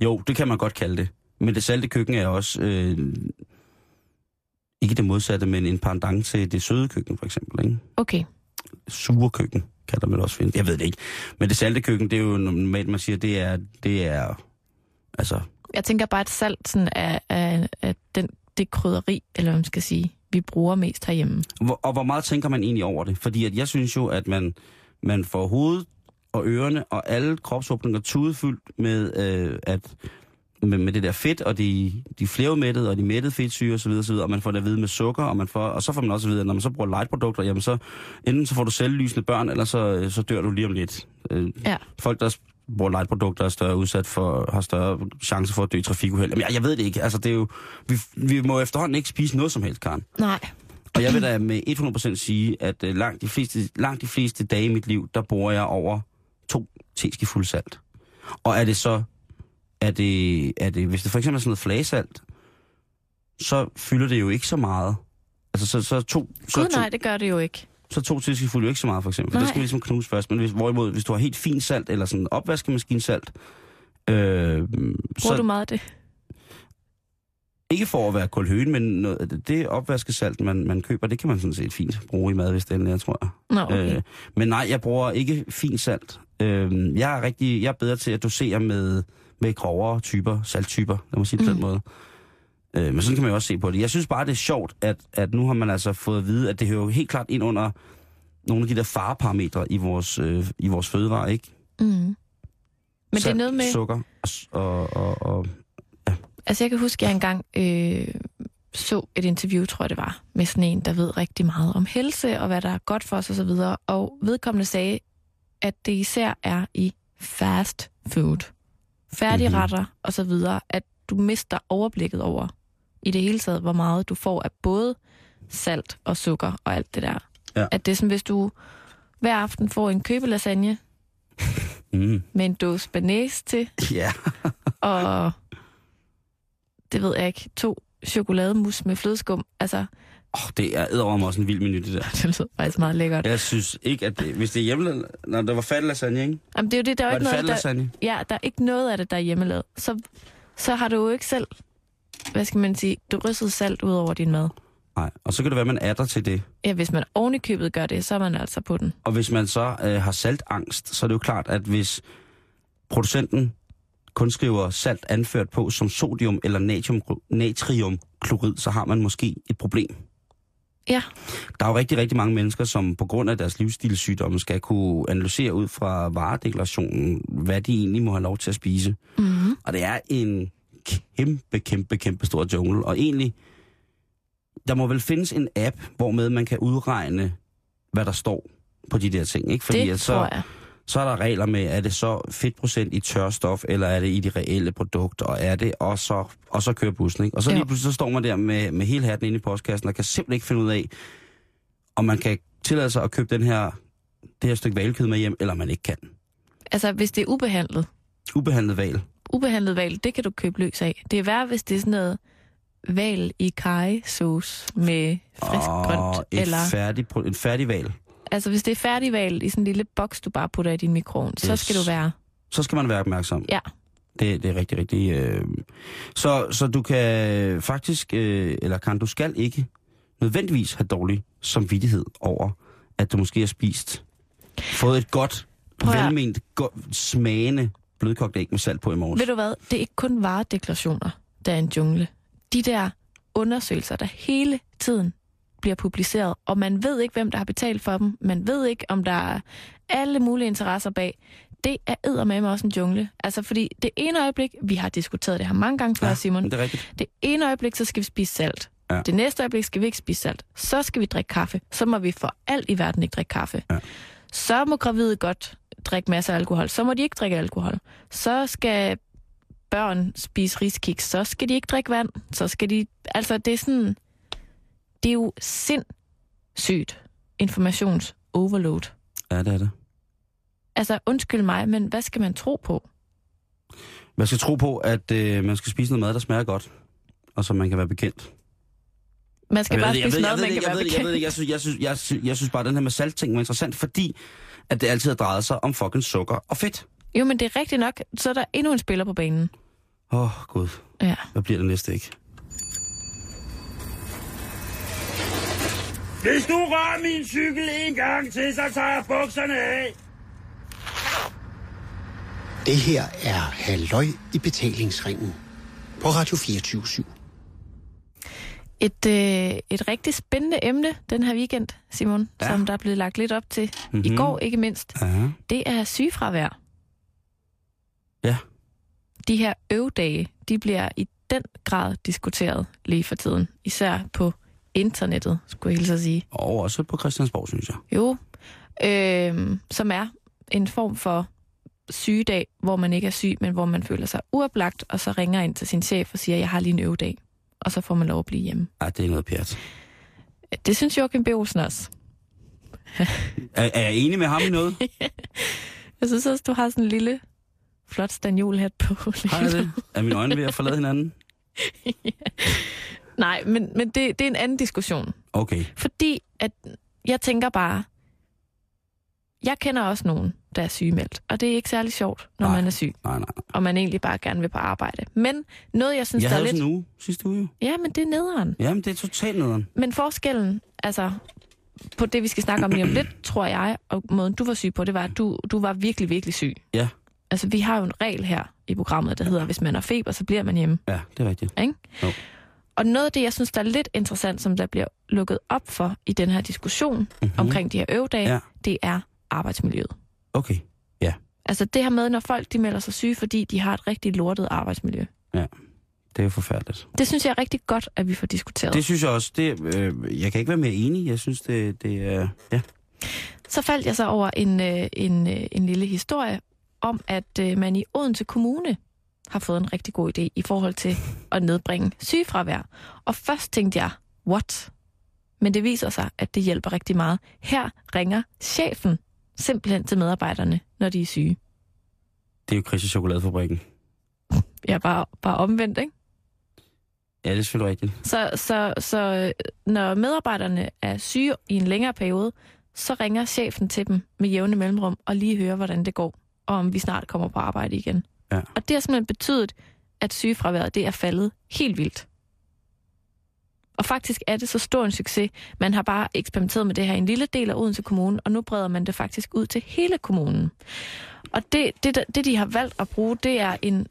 S4: Jo, det kan man godt kalde det. Men det salte køkken er også... Øh, ikke det modsatte, men en pendant til det søde køkken, for eksempel. Ikke?
S5: Okay.
S4: Sure køkken kan der vel også finde. Jeg ved det ikke. Men det salte køkken, det er jo normalt, man siger, det er... Det er altså,
S5: Jeg tænker bare, at salt sådan er, er, er den, det krydderi, eller hvad man skal sige, vi bruger mest herhjemme.
S4: Hvor, og hvor meget tænker man egentlig over det? Fordi at jeg synes jo, at man, man får hovedet og ørerne og alle kropsåbninger tudefyldt med, øh, at, med, med det der fedt og de, de flerumættede og de mættede fedtsyre osv. osv. Og man får det at vide med sukker, og, man får, og så får man også at vide, at når man så bruger lightprodukter, jamen så enten så får du selvlysende børn, eller så, så dør du lige om lidt. Øh,
S5: Ja.
S4: Folk, der bruger lightprodukter, er større udsat for, har større chance for at dø i trafikuheld. Jamen, jeg, jeg ved det ikke. Altså, det er jo, vi, vi må efterhånden ikke spise noget som helst, Karen.
S5: Nej.
S4: Og jeg vil da med 100% sige, at øh, langt de, fleste, langt de fleste dage i mit liv, der bruger jeg over to teskefulde salt. Og er det så, er det, er det, hvis det for eksempel er sådan noget flagesalt, så fylder det jo ikke så meget. Altså så, så to, så
S5: Gud
S4: to,
S5: nej, det gør det jo ikke.
S4: så to teskefulde jo ikke så meget for eksempel. For det
S5: Nej.
S4: skal vi ligesom knuse først. Men hvis, hvorimod, hvis du har helt fint salt, eller sådan opvaskemaskinsalt, øh,
S5: Bruger
S4: så,
S5: du meget af det?
S4: Ikke for at være kulhøen, men noget, det opvaskesalt, man, man køber, det kan man sådan set fint bruge i mad, hvis det endelig er, tror jeg.
S5: Nå, okay.
S4: Øh, men nej, jeg bruger ikke fint salt. Øh, jeg, er rigtig, jeg er bedre til at dosere med, med grovere typer, salttyper, lad mig sige det på den
S5: Mm.
S4: måde. Øh, men sådan kan man jo også se på det. Jeg synes bare, det er sjovt, at, at nu har man altså fået at vide, at det hører jo helt klart ind under nogle af de der fareparametre i vores, øh, i vores fødevarer, ikke?
S5: Mm. Men det er
S4: Salt,
S5: noget med...
S4: Sukker og, s- og, og, og
S5: Altså, jeg kan huske, at jeg engang øh, så et interview, tror jeg det var, med sådan en, der ved rigtig meget om helse og hvad der er godt for os osv. Og, så videre. og vedkommende sagde, at det især er i fast food. Færdigretter mm-hmm. og så videre, at du mister overblikket over i det hele taget, hvor meget du får af både salt og sukker og alt det der.
S4: Ja.
S5: At det er som, hvis du hver aften får en købelasagne
S4: mm,
S5: med en dåse banæs til,
S4: ja,
S5: og det ved jeg ikke, to chokolademus med flødeskum. Altså,
S4: oh, det er æderom også en vild menu, det der.
S5: det lyder faktisk meget lækkert. Ja.
S4: Jeg synes ikke, at det, hvis det er hjemme... Når der var fattig lasagne, ikke?
S5: Jamen, det er jo det, der er jo
S4: Var
S5: ikke
S4: det
S5: noget,
S4: fattig
S5: der,
S4: lasagne?
S5: ja, der er ikke noget af det, der er hjemmelavet. Så, så har du jo ikke selv, hvad skal man sige, du rysset salt ud over din mad.
S4: Nej, og så kan det være, at man adder til det.
S5: Ja, hvis man oven i købet gør det, så er man altså på den.
S4: Og hvis man så øh, har saltangst, så er det jo klart, at hvis producenten kun skriver salt anført på som sodium eller natrium, natriumklorid, så har man måske et problem.
S5: Ja,
S4: Der er jo rigtig, rigtig mange mennesker, som på grund af deres livsstilssygdomme skal kunne analysere ud fra varedeklarationen, hvad de egentlig må have lov til at spise.
S5: mm-hmm.
S4: Og det er en kæmpe, kæmpe, kæmpe stor jungle. Og egentlig, der må vel findes en app, hvormed man kan udregne, hvad der står på de der ting. Ikke? Fordi
S5: det
S4: at så,
S5: tror jeg.
S4: så er der regler med, er det så fedtprocent i tørstof, eller er det i de reelle produkter, og er det, og så, og så kører bussen. Ikke? Og så
S5: Jo.
S4: lige pludselig så står man der med, med hele hatten inde i postkassen, og kan simpelthen ikke finde ud af, om man kan tillade sig at købe den her, det her stykke valkød med hjem, eller man ikke kan.
S5: Altså, hvis det er ubehandlet.
S4: Ubehandlet val.
S5: Ubehandlet val, det kan du købe løs af. Det er værre, hvis det er sådan noget val i karrysauce med frisk
S4: og
S5: grønt.
S4: et
S5: eller...
S4: færdig, pro- en færdig val.
S5: Altså, hvis det er færdigvalgt i sådan en lille boks, du bare putter i din mikroovn, yes. så
S4: Yes.
S5: skal du være...
S4: så skal man være opmærksom.
S5: Ja.
S4: Det, det er rigtig, rigtig... Øh... Så, så du kan faktisk, øh, eller kan du skal ikke nødvendigvis have dårlig samvittighed over, at du måske har spist, fået et godt,
S5: Prøv at-
S4: velment, godt, smagende blødkogt æg med salt på i morges.
S5: Ved du hvad? Det er ikke kun varedeklarationer. der er en jungle. De der undersøgelser, der hele tiden bliver publiceret, og man ved ikke, hvem der har betalt for dem, man ved ikke, om der er alle mulige interesser bag, det er eddermame også en jungle. Altså, fordi det ene øjeblik, vi har diskuteret det her mange gange før, ja, Simon,
S4: Det er rigtigt.
S5: det ene øjeblik, så skal vi spise salt.
S4: Ja.
S5: Ja. Det næste øjeblik skal vi ikke spise salt. Så skal vi drikke kaffe. Så må vi for alt i verden ikke drikke kaffe.
S4: Ja.
S5: Så må gravide godt drikke masser af alkohol. Så må de ikke drikke alkohol. Så skal børn spise riskiks. Så skal de ikke drikke vand. Så skal de... Altså, det er sådan... Det er jo sindssygt informations-overload.
S4: Ja, det er det.
S5: Altså, undskyld mig, men hvad skal man tro på?
S4: Man skal tro på, at øh, man skal spise noget mad, der smager godt, og som man kan være bekendt.
S5: Man skal bare
S4: det-
S5: spise
S4: jeg ved
S5: noget, man
S4: det
S5: kan
S4: ikke,
S5: være
S4: jeg ved det ikke, jeg ved det
S5: bekendt.
S4: ikke. Jeg synes, jeg, synes, jeg, synes, jeg synes bare, at den her med saltting var interessant, fordi at det altid har drejet sig om fucking sukker og fedt.
S5: Jo, men det er rigtigt nok. Så er der endnu en spiller på banen.
S4: Åh, oh, gud.
S5: Ja.
S4: Hvad bliver det næste, ikke?
S6: Hvis du rører min cykel en gang til, så tager jeg bukserne af.
S7: Det her er Halløj i betalingsringen på Radio 24 /7.
S5: Et, øh, et rigtig spændende emne den her weekend, Simon,
S4: Ja.
S5: ja. som der er blevet lagt lidt op til mm-hmm. i går, ikke mindst.
S4: Ja.
S5: Det er sygefravær.
S4: Ja.
S5: De her øvdage, de bliver i den grad diskuteret lige for tiden. Især på internettet, skulle jeg hilse at sige.
S4: Og også på Christiansborg, synes jeg.
S5: Jo. Øh, som er en form for sygedag, hvor man ikke er syg, men hvor man føler sig uoplagt, og så ringer ind til sin chef og siger, jeg har lige en øvedag. Og så får man lov at blive hjemme.
S4: Ej, det er noget pjat.
S5: Det synes Joachim B. Olsen også.
S4: Er, er jeg enig med ham i noget?
S5: Jeg synes også, du har sådan en lille, flot stanjolhat på. lige
S4: Har jeg
S5: nu.
S4: det? Er mine øjne ved at forlade hinanden?
S5: Nej, men, men det, det er en anden diskussion.
S4: Okay.
S5: Fordi at jeg tænker bare, jeg kender også nogen, der er sygemeldt. Og det er ikke særlig sjovt, når
S4: Nej.
S5: Nej. man er syg,
S4: Nej, nej.
S5: og man egentlig bare gerne vil på arbejde. Men noget, jeg synes,
S4: Jeg
S5: der
S4: havde
S5: er
S4: også
S5: lidt...
S4: en uge sidste uge. jo.
S5: Ja, men det er nederen.
S4: Jamen, det er totalt nederen.
S5: Men forskellen, altså på det, vi skal snakke om lige om lidt, tror jeg, og måden du var syg på, det var, at du, du var virkelig, virkelig syg.
S4: Ja.
S5: Altså, vi har jo en regel her i programmet, der hedder, hvis man har feber, så bliver man hjemme.
S4: Ja, det er rigtigt.
S5: Og noget af det, jeg synes, der er lidt interessant, som der bliver lukket op for i den her diskussion mm-hmm. omkring de her øvedage,
S4: Mhm. Ja.
S5: ja. det er arbejdsmiljøet.
S4: Okay.
S5: Altså det her med, når folk de melder sig syge, fordi de har et rigtig lortet arbejdsmiljø.
S4: Det er jo forfærdeligt.
S5: Det synes jeg er rigtig godt, at vi får diskuteret.
S4: Det synes jeg også. Det, øh, jeg kan ikke være mere enig. Jeg synes, det, det er... Ja.
S5: Så faldt jeg så over en, øh, en, øh, en lille historie om, at øh, man i Odense Kommune har fået en rigtig god idé i forhold til at nedbringe sygefravær. Og først tænkte jeg, what? Men det viser sig, at det hjælper rigtig meget. Her ringer chefen simpelthen til medarbejderne, når de er syge.
S4: Det er jo Chris i Chokoladefabrikken.
S5: Jeg er bare, bare omvendt, ikke?
S4: Ja, det er selvfølgelig rigtigt.
S5: Så, så, så øh, når medarbejderne er syge i en længere periode, så ringer chefen til dem med jævne mellemrum og lige hører, hvordan det går, og om vi snart kommer på arbejde igen.
S4: Ja.
S5: Og det har simpelthen betydet, at sygefraværet det er faldet helt vildt. Og faktisk er det så stor en succes. Man har bare eksperimenteret med det her i en lille del af Odense Kommune, og nu breder man det faktisk ud til hele kommunen. Og det, det, der- det de har valgt at bruge, det er en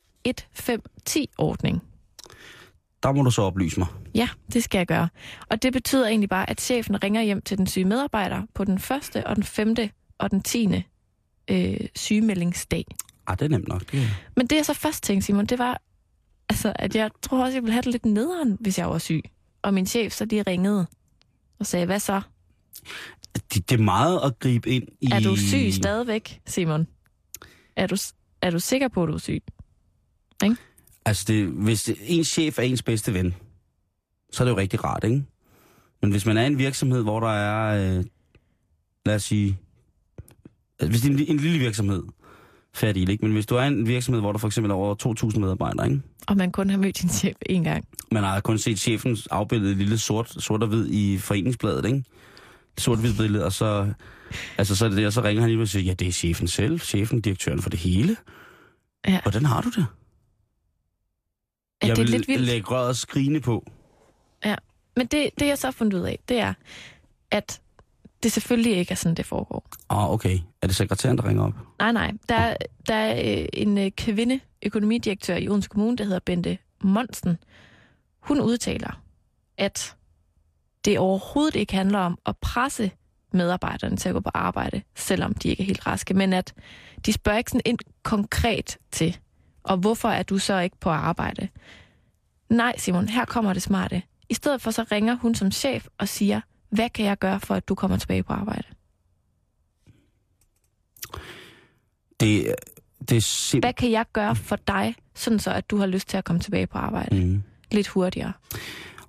S5: 1-5-10-ordning.
S4: Der må du så oplyse mig.
S5: Ja, det skal jeg gøre. Og det betyder egentlig bare, at chefen ringer hjem til den syge medarbejder på den første og den femte og den tiende øh, sygemeldingsdag.
S4: Ah, det er nemt nok. Det er...
S5: Men det jeg så først tænkte, Simon, det var, altså, at jeg tror også, jeg ville have det lidt nederen, hvis jeg var syg. Og min chef så lige ringede og sagde, hvad så?
S4: Det, det er meget at gribe ind i...
S5: Er du syg stadigvæk, Simon? Er du, er du sikker på, at du er syg?
S4: Altså, det, hvis det, ens chef er ens bedste ven, så er det jo rigtig rart, ikke? Men hvis man er i en virksomhed, hvor der er, øh, lad os sige, altså, hvis det er en, li- en lille virksomhed, fat i, det, ikke? Men hvis du er i en virksomhed, hvor der for eksempel er over 2.000 medarbejdere, ikke?
S5: Og man kun har mødt din chef én gang.
S4: Man har kun set chefen afbildet i lille sort, sort og hvid i foreningsbladet, ikke? sort hvid billede, og så, altså, så, er det det, og så ringer han lige og siger, ja, det er chefen selv, chefen, direktøren for det hele.
S5: Ja.
S4: Hvordan har du det?
S5: Er
S4: jeg
S5: det
S4: vil
S5: lidt vildt?
S4: lægge røret og skrine på.
S5: Men det, det, jeg så har fundet ud af, det er, at det selvfølgelig ikke er sådan, det foregår.
S4: Åh, oh, okay. Er det sekretæren, der ringer op?
S5: Nej, nej. Der, er- der er øh, en øh, kvinde, økonomidirektør i Odense Kommune, der hedder Bente Monsen, hun udtaler, at det overhovedet ikke handler om at presse medarbejderne til at gå på arbejde, selvom de ikke er helt raske, men at de spørger ikke sådan ind konkret til, og hvorfor er du så ikke på arbejde? Nej, Simon, her kommer det smarte. I stedet for så ringer hun som chef og siger, hvad kan jeg gøre for, at du kommer tilbage på arbejde?
S4: Det, det er simpelthen...
S5: Hvad kan jeg gøre for dig, sådan så at du har lyst til at komme tilbage på arbejde?
S4: Mm.
S5: Lidt hurtigere.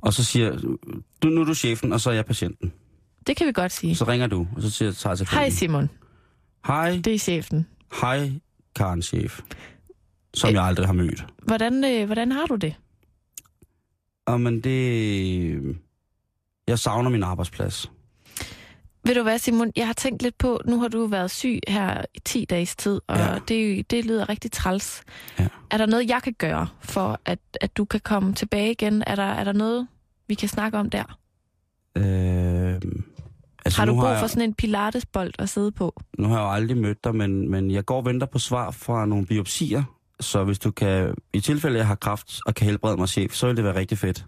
S4: Og så siger du, nu er du chefen, og så er jeg patienten.
S5: Det kan vi godt sige.
S4: Så ringer du, og så siger, tager jeg
S5: Hej
S4: telefonen.
S5: Simon,
S4: Hej,
S5: det er chefen.
S4: hej, Karen chef.
S5: Øh.
S4: Som jeg aldrig har mødt.
S5: Hvordan, øh, hvordan har du det?
S4: Og men det... Jeg savner min arbejdsplads.
S5: Ved du hvad, Simon, jeg har tænkt lidt på, nu har du været syg her i 10 dages tid, og
S4: Ja.
S5: ja. det, det lyder rigtig træls.
S4: Ja.
S5: Er der noget, jeg kan gøre, for at, at du kan komme tilbage igen? Er der, er der noget, vi kan snakke om der?
S4: Øh,
S5: Altså, har du brug for sådan en pilatesbold at sidde på?
S4: Nu har jeg jo aldrig mødt dig, men, men jeg går og venter på svar fra nogle biopsier. Så hvis du kan, i tilfælde jeg har kraft og kan helbrede mig chef, så vil det være rigtig fedt.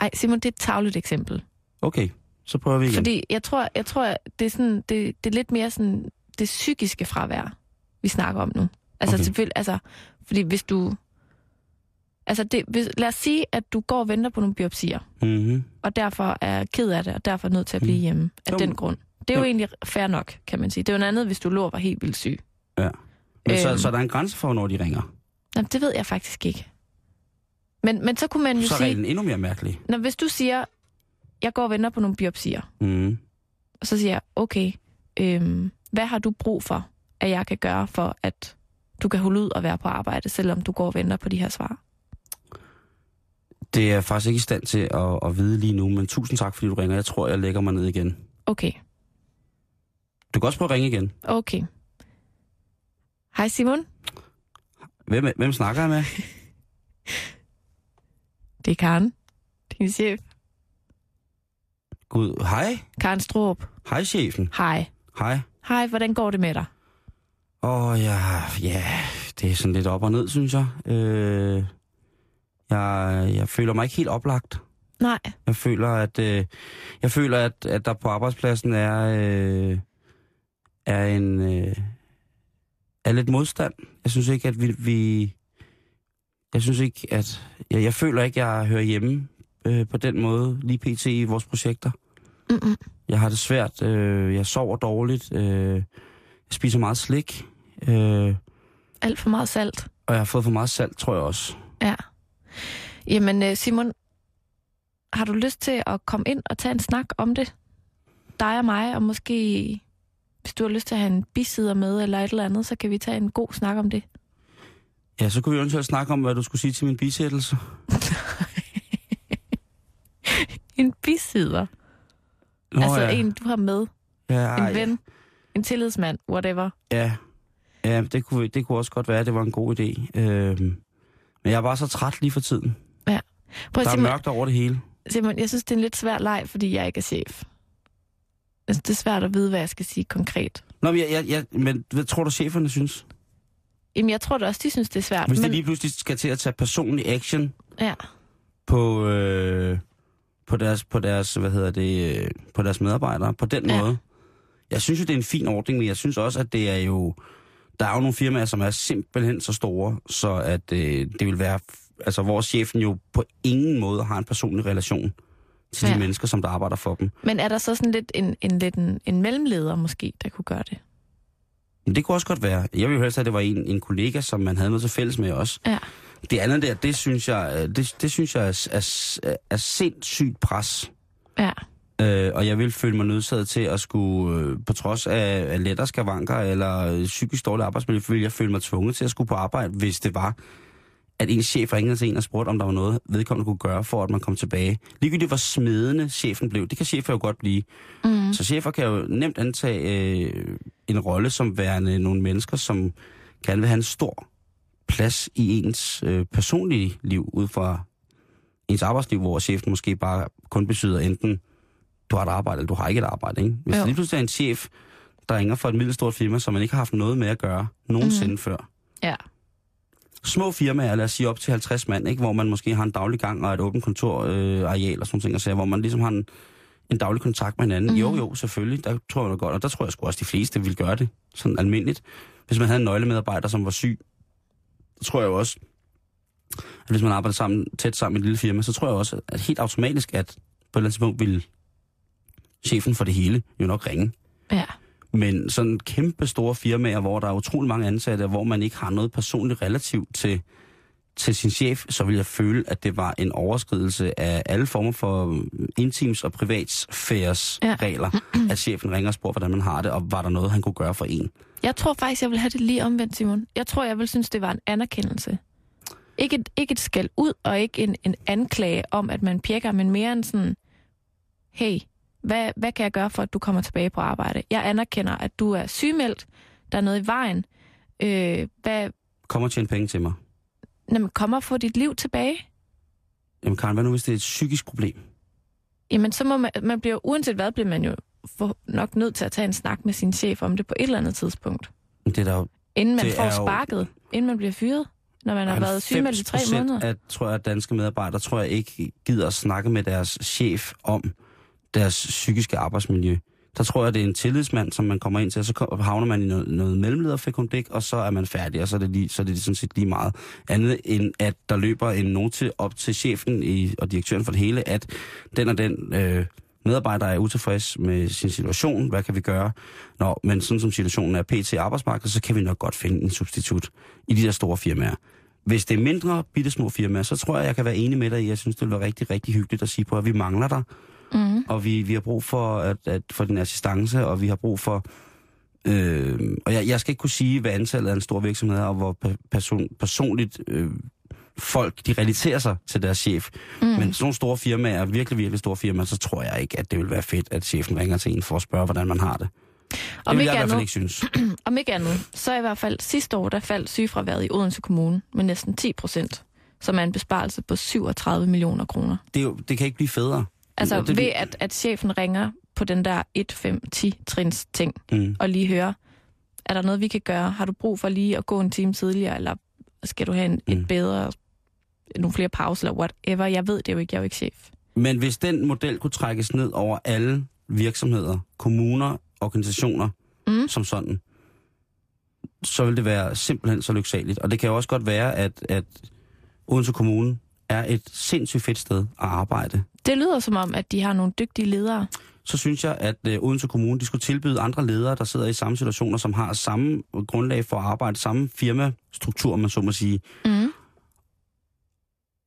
S5: Ej, Simon, det er et tavligt eksempel.
S4: Okay, så prøver vi igen.
S5: Fordi jeg tror, jeg tror det, er sådan, det, det er lidt mere sådan det psykiske fravær, vi snakker om nu. Altså
S4: Okay.
S5: okay. selvfølgelig, altså, fordi hvis du... Altså det, hvis, lad os sige, at du går og venter på nogle biopsier,
S4: Mm-hmm.
S5: og derfor er ked af det, og derfor er nødt til at blive
S4: Mm.
S5: hjemme af
S4: Jo,
S5: den
S4: men-
S5: grund. Det er
S4: jo.
S5: jo egentlig fair nok, kan man sige. Det er jo noget andet, hvis du lå og var helt vildt syg.
S4: Men så,
S5: Øhm.
S4: så er der en grænse for, når de ringer.
S5: Jamen, det ved jeg faktisk ikke. Men, men så kunne man jo
S4: Så er
S5: sige,
S4: reglen endnu mere mærkelig.
S5: når hvis du siger, jeg går og venter på nogle biopsier,
S4: Mm.
S5: Og så siger jeg, okay, øhm, hvad har du brug for, at jeg kan gøre for, at du kan holde ud og være på arbejde, selvom du går og venter på de her svar?
S4: Det er jeg faktisk ikke i stand til at, at vide lige nu, men tusind tak, fordi du ringer. Jeg tror, jeg lægger mig ned igen.
S5: Okay,
S4: Du kan også prøve at ringe igen.
S5: okay. Hej Simon,
S4: Hvem, hvem snakker jeg med?
S5: det er Karen, din chef.
S4: Gud, hej.
S5: Karen Stroop,
S4: Hej, chefen.
S5: hej.
S4: Hej.
S5: Hej, hvordan går det med dig?
S4: Åh, oh, ja, ja, det er sådan lidt op og ned, synes jeg. Øh, jeg, jeg føler mig ikke helt oplagt.
S5: Nej,
S4: Jeg føler, at, øh, jeg føler, at, at der på arbejdspladsen er, øh, er en øh, er lidt modstand. Jeg synes ikke, at vi... vi jeg synes ikke, at... Jeg, jeg føler ikke, at jeg hører hjemme øh, på den måde, lige pt. i vores projekter.
S5: Mm-mm.
S4: Jeg har det svært. Øh, jeg sover dårligt. Øh, jeg spiser meget slik. Øh,
S5: alt for meget salt.
S4: og jeg har fået for meget salt, tror jeg også.
S5: Jamen øh, Simon, har du lyst til at komme ind og tage en snak om det? Dig og mig, og måske hvis du har lyst til at have en bisider med eller et eller andet, så kan vi tage en god snak om det.
S4: Ja, så kunne vi eventuelt snakke om, hvad du skulle sige til min bisættelse.
S5: En bisider?
S4: Nå,
S5: altså
S4: ja. Ah,
S5: en, du har med.
S4: ja,
S5: En ven. En tillidsmand. Whatever.
S4: Ja, ja det, kunne, det kunne også godt være, at det var en god idé. Øhm, men jeg er bare så træt lige for tiden.
S5: Prøv at
S4: Der er
S5: Simon,
S4: mørkt over det hele.
S5: Simon, jeg synes, det er en lidt svær leg, fordi jeg ikke er chef. Altså, det er svært at vide, hvad jeg skal sige konkret.
S4: Nå, men, jeg, jeg, jeg, men hvad tror du, cheferne synes?
S5: Jamen, jeg tror da også, de synes, det er svært.
S4: Hvis men...
S5: men,
S4: de lige pludselig skal til at tage personlig action
S5: ja.
S4: på, øh, på, deres, på, deres, hvad hedder det, øh, på deres medarbejdere, på den
S5: Ja.
S4: ja. måde. Jeg synes jo, det er en fin ordning, men jeg synes også, at det er jo... Der er jo nogle firmaer, som er simpelthen så store, så at øh, det vil være... f- Altså, hvor chefen jo på ingen måde har en personlig relation til ja.
S5: Ja.
S4: de mennesker, som der arbejder for dem.
S5: men er der så sådan lidt en, en, lidt en, en mellemleder måske, der kunne gøre det?
S4: Men det kunne også godt være. Jeg ville jo helst, at det var en, en kollega, som man havde noget til fælles med også.
S5: Ja.
S4: Det andet der, det synes jeg, øh, det, det synes jeg er, er, er sindssygt pres.
S5: Ja.
S4: Øh, og jeg vil føle mig nødsaget til at skulle, øh, på trods af, af lettere skavanker eller øh, psykisk dårlig arbejdsmiljø, ville jeg føle mig tvunget til at skulle på arbejde, hvis det var, at en chef ringede til en og spurgte, om der var noget, vedkommende kunne gøre for, at man kom tilbage. Ligegyldigt hvor smedende chefen blev, det kan chefer jo godt blive.
S5: Mm.
S4: Så chefer kan jo nemt antage øh, en rolle som værende nogle mennesker, som gerne vil have en stor plads i ens øh, personlige liv, ud fra ens arbejdsliv, hvor chefen måske bare kun betyder enten, du har et arbejde, eller du har ikke et arbejde. Ikke? Hvis
S5: Jo.
S4: jo. lige pludselig er en chef, der ringer for et middelstort firma, som man ikke har haft noget med at gøre nogensinde mm. før,
S5: Ja.
S4: små firmaer, lad os sige op til 50 mand, ikke? hvor man måske har en daglig gang og et åbent kontorareal øh, areal og sådan nogle ting, og så, hvor man ligesom har en, en daglig kontakt med hinanden. Mm. Jo, jo, selvfølgelig, der tror jeg da godt, og der tror jeg sgu også, de fleste ville gøre det, sådan almindeligt. Hvis man havde en nøglemedarbejder, som var syg, så tror jeg jo også, at hvis man arbejder sammen, tæt sammen i et lille firma, så tror jeg også, at helt automatisk, at på et eller andet tidspunkt ville chefen for det hele jo nok ringe.
S5: Ja.
S4: Men sådan kæmpe store firmaer, hvor der er utrolig mange ansatte, og hvor man ikke har noget personligt relativ til, til sin chef, så vil jeg føle, at det var en overskridelse af alle former for intims- og privatsfæres
S5: Ja.
S4: ja. regler, at chefen ringer og spørger, hvordan man har det, og var der noget, han kunne gøre for en.
S5: Jeg tror faktisk, jeg vil have det lige omvendt, Simon. Jeg tror, jeg vil synes, det var en anerkendelse. Ikke et, ikke et skæld ud, og ikke en, en anklage om, at man pjekker, men mere en sådan, hey, hvad, hvad kan jeg gøre for, at du kommer tilbage på arbejde? Jeg anerkender, at du er sygemeldt, der er noget i vejen. Øh, hvad,
S4: Kom og tjene penge til mig.
S5: når man kommer og får dit liv tilbage,
S4: Jamen Karen, hvad nu hvis det er et psykisk problem?
S5: jamen så må man, man bliver, uanset hvad, bliver man jo for, nok nødt til at tage en snak med sin chef om det på et eller andet tidspunkt.
S4: Men Det er der jo
S5: Inden man
S4: Det
S5: får
S4: er jo-
S5: sparket, jo... inden man bliver fyret, når man har været sygemeldt i tre
S4: 90%
S5: måneder.
S4: Af, tror jeg, at danske medarbejdere tror jeg ikke gider at snakke med deres chef om deres psykiske arbejdsmiljø. Der tror jeg, det er en tillidsmand, som man kommer ind til, og så kom- havner man i noget, noget mellemlederfekundik, og så er man færdig, og så er, det lige, så er det sådan set lige meget andet, end at der løber en note op til chefen i, og direktøren for det hele, at den og den øh, medarbejder er utilfreds med sin situation, hvad kan vi gøre? Nå, men sådan som situationen er pt. i arbejdsmarkedet, så kan vi nok godt finde en substitut i de der store firmaer. Hvis det er mindre, bitte små firmaer, så tror jeg, jeg kan være enig med dig i, jeg synes, det ville være rigtig, rigtig hyggeligt at sige på, at vi mangler dig, mm. og vi, vi har brug for, at, at, for din assistance, og vi har brug for... Øh, og jeg, jeg skal ikke kunne sige, hvad antallet af en stor virksomhed er, og hvor pe- person, personligt øh, folk de relaterer sig til deres chef. Mm. Men sådan nogle store firmaer, virkelig, virkelig store firmaer, så tror jeg ikke, at det vil være fedt, at chefen ringer til en for at spørge, hvordan man har det.
S5: Om
S4: det vil jeg
S5: ikke
S4: i hvert
S5: andet-
S4: fald ikke synes.
S5: Om ikke andet, så i hvert fald sidste år, der faldt sygefraværet i Odense Kommune med næsten 10 procent, som er en besparelse på 37 millioner kroner.
S4: Det, er jo, det kan ikke blive federe.
S5: Altså
S4: det,
S5: ved, at, at chefen ringer på den der 1-5-10-trins ting
S4: Mm.
S5: og lige hører, er der noget, vi kan gøre? Har du brug for lige at gå en time tidligere, eller skal du have en, et
S4: Mm.
S5: bedre, nogle flere pauser, eller whatever? Jeg ved det jo ikke, jeg er jo ikke chef.
S4: Men hvis den model kunne trækkes ned over alle virksomheder, kommuner, organisationer
S5: Mm.
S4: mm. som sådan, så ville det være simpelthen så lyksaligt. Og det kan jo også godt være, at, at Odense Kommune er et sindssygt fedt sted at arbejde.
S5: Det lyder som om, at de har nogle dygtige ledere.
S4: Så synes jeg, at øh, Odense Kommune de skulle tilbyde andre ledere, der sidder i samme situationer, som har samme grundlag for at arbejde, samme firmastruktur, om man så må sige,
S5: Mm.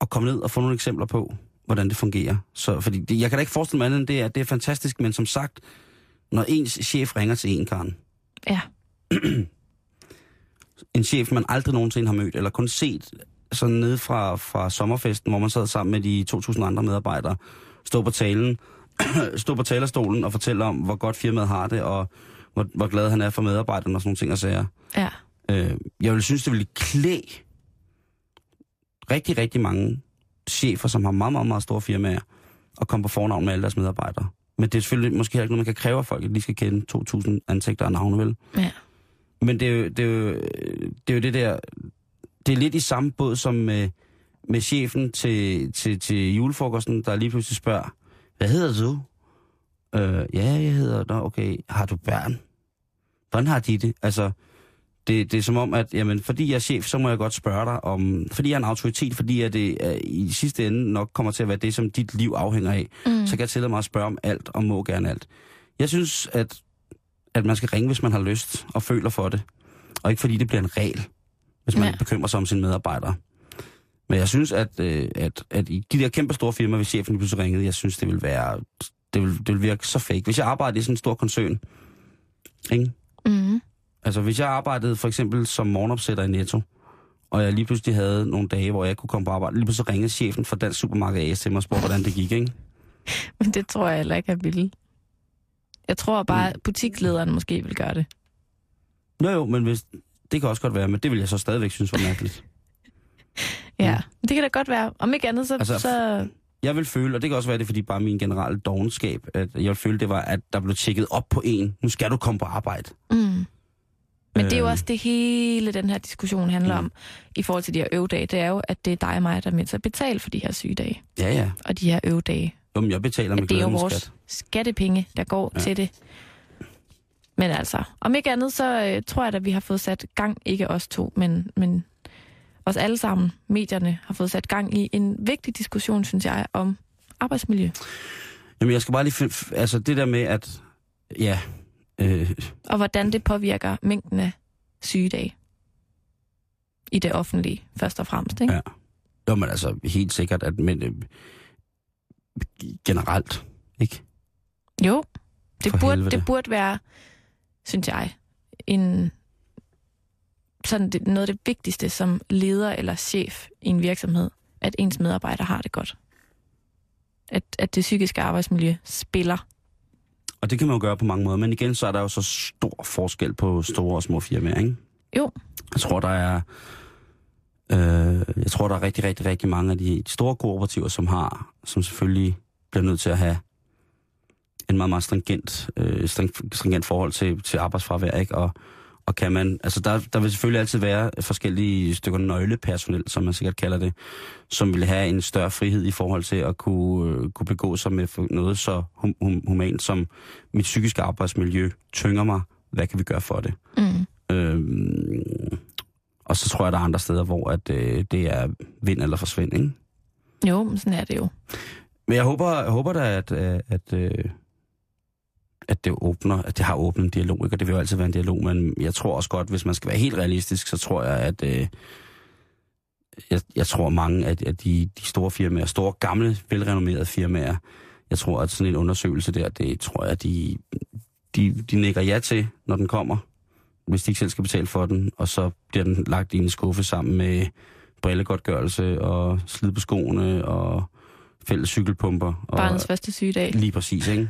S4: at komme ned og få nogle eksempler på, hvordan det fungerer. Så, fordi det, jeg kan da ikke forestille mig andet end det, at det er fantastisk, men som sagt, når ens chef ringer til en, Karen,
S5: Ja.
S4: en chef, man aldrig nogensinde har mødt, eller kun set sådan nede fra, fra sommerfesten, hvor man sad sammen med de 2.000 andre medarbejdere, stå på talen, stå på talerstolen og fortælle om, hvor godt firmaet har det, og hvor, hvor glad han er for medarbejderne og sådan nogle ting og sager.
S5: Ja.
S4: Øh, jeg ville synes, det ville klæde rigtig, rigtig mange chefer, som har meget, meget, meget store firmaer, at komme på fornavn med alle deres medarbejdere. Men det er selvfølgelig måske heller ikke noget, man kan kræve af folk, at de skal kende 2.000 ansigter og navne, vel?
S5: Ja.
S4: Men det er, jo, det, er jo, det er jo det der... Det er lidt i samme båd som med, med chefen til, til, til julefrokosten, der lige pludselig spørger, hvad hedder du? Øh, ja, jeg hedder... Nå, okay. Har du børn? Hvordan har de det? Altså, det, det er som om, at jamen, fordi jeg er chef, så må jeg godt spørge dig om... Fordi jeg er en autoritet, fordi jeg det øh, i sidste ende nok kommer til at være det, som dit liv afhænger af, mm. så kan jeg tillade mig at spørge om alt, og må gerne alt. Jeg synes, at, at man skal ringe, hvis man har lyst og føler for det. Og ikke fordi det bliver en regel, hvis man
S5: Ja.
S4: ja. bekymrer sig om sine medarbejdere. Men jeg synes, at, øh, at, at i de der kæmpe store firmaer, hvis chefen lige pludselig ringede, jeg synes, det ville være... Det ville, det ville virke så fake. Hvis jeg arbejder i sådan en stor koncern, ikke?
S5: Mm.
S4: Altså, hvis jeg arbejdede for eksempel som morgenopsætter i Netto, og jeg lige pludselig havde nogle dage, hvor jeg ikke kunne komme på arbejde, lige pludselig ringede chefen fra Dansk Supermarked AS til mig og spurgte, hvordan det gik, ikke?
S5: Men det tror jeg heller ikke, han ville. Jeg tror bare, at butikslederen måske vil gøre det.
S4: Nå jo, men hvis, det kan også godt være, men det vil jeg så stadigvæk synes var mærkeligt.
S5: Ja, mm. det kan da godt være. Om ikke andet, så... Altså,
S4: Altså,
S5: så
S4: Jeg vil føle, og det kan også være, det er fordi bare min generelle dogenskab, at jeg vil føle, det var, at der blev tjekket op på en. Nu skal du komme på arbejde.
S5: mm,
S4: Jeg
S5: Men det er jo også det hele, den her diskussion handler om, i forhold til de her øvedage. Det er jo, at det er dig og mig, der er med til at betale for de her sygedage
S4: Ja, ja.
S5: og de her øvedage.
S4: Jo, men jeg betaler med
S5: At det er jo
S4: glæden
S5: vores
S4: skat.
S5: skattepenge, der går ja. til det. Men altså, om ikke andet, så øh, tror jeg, at vi har fået sat gang, ikke os to, men, men os alle sammen, medierne, har fået sat gang i en vigtig diskussion, synes jeg, om arbejdsmiljø.
S4: Jamen, jeg skal bare lige finde... f- Altså, det der med, at... Ja, øh,
S5: og hvordan det påvirker mængden af sygedage i det offentlige, først og fremmest. Ikke?
S4: Ja. jo, men altså, helt sikkert, at... Men, øh, generelt, ikke?
S5: Jo, det
S4: For
S5: burde,
S4: helvede.
S5: det burde være, synes jeg, en, sådan det, noget af det vigtigste som leder eller chef i en virksomhed, at ens medarbejdere har det godt. At, at det psykiske arbejdsmiljø spiller.
S4: Og det kan man jo gøre på mange måder, men igen, så er der jo så stor forskel på store og små firmaer, ikke?
S5: Jo,
S4: Jeg tror, der er... Øh, jeg tror, der er rigtig, rigtig, rigtig mange af de store kooperativer, som har, som selvfølgelig bliver nødt til at have en meget, meget stringent, øh, string- stringent forhold til, til arbejdsfravær, ikke? Og, og kan man, altså der, der vil selvfølgelig altid være forskellige stykker nøglepersonel, som man sikkert kalder det, som vil have en større frihed i forhold til at kunne, øh, kunne begå sig med for- noget så hum, hum, humant som mit psykiske arbejdsmiljø tynger mig. Hvad kan vi gøre for det?
S5: mm.
S4: Øhm, og så tror jeg, der er andre steder, hvor at, øh, det er vind eller forsvind. Ikke?
S5: jo men sådan er det jo.
S4: Men jeg håber, jeg håber da, at, øh, at, øh, at det åbner, at det har åbnet en dialog, ikke? og det vil jo altid være en dialog, men jeg tror også godt, hvis man skal være helt realistisk, så tror jeg, at øh, jeg, jeg tror mange af, af de, de store firmaer, store gamle, velrenommerede firmaer, jeg tror, at sådan en undersøgelse der, det tror jeg, de, de, de nikker ja til, når den kommer, hvis de ikke selv skal betale for den, og så bliver den lagt i en skuffe sammen med brillegodtgørelse og slid på skoene og fælles cykelpumper. Og,
S5: Barnets første sygedag.
S4: Lige præcis, ikke?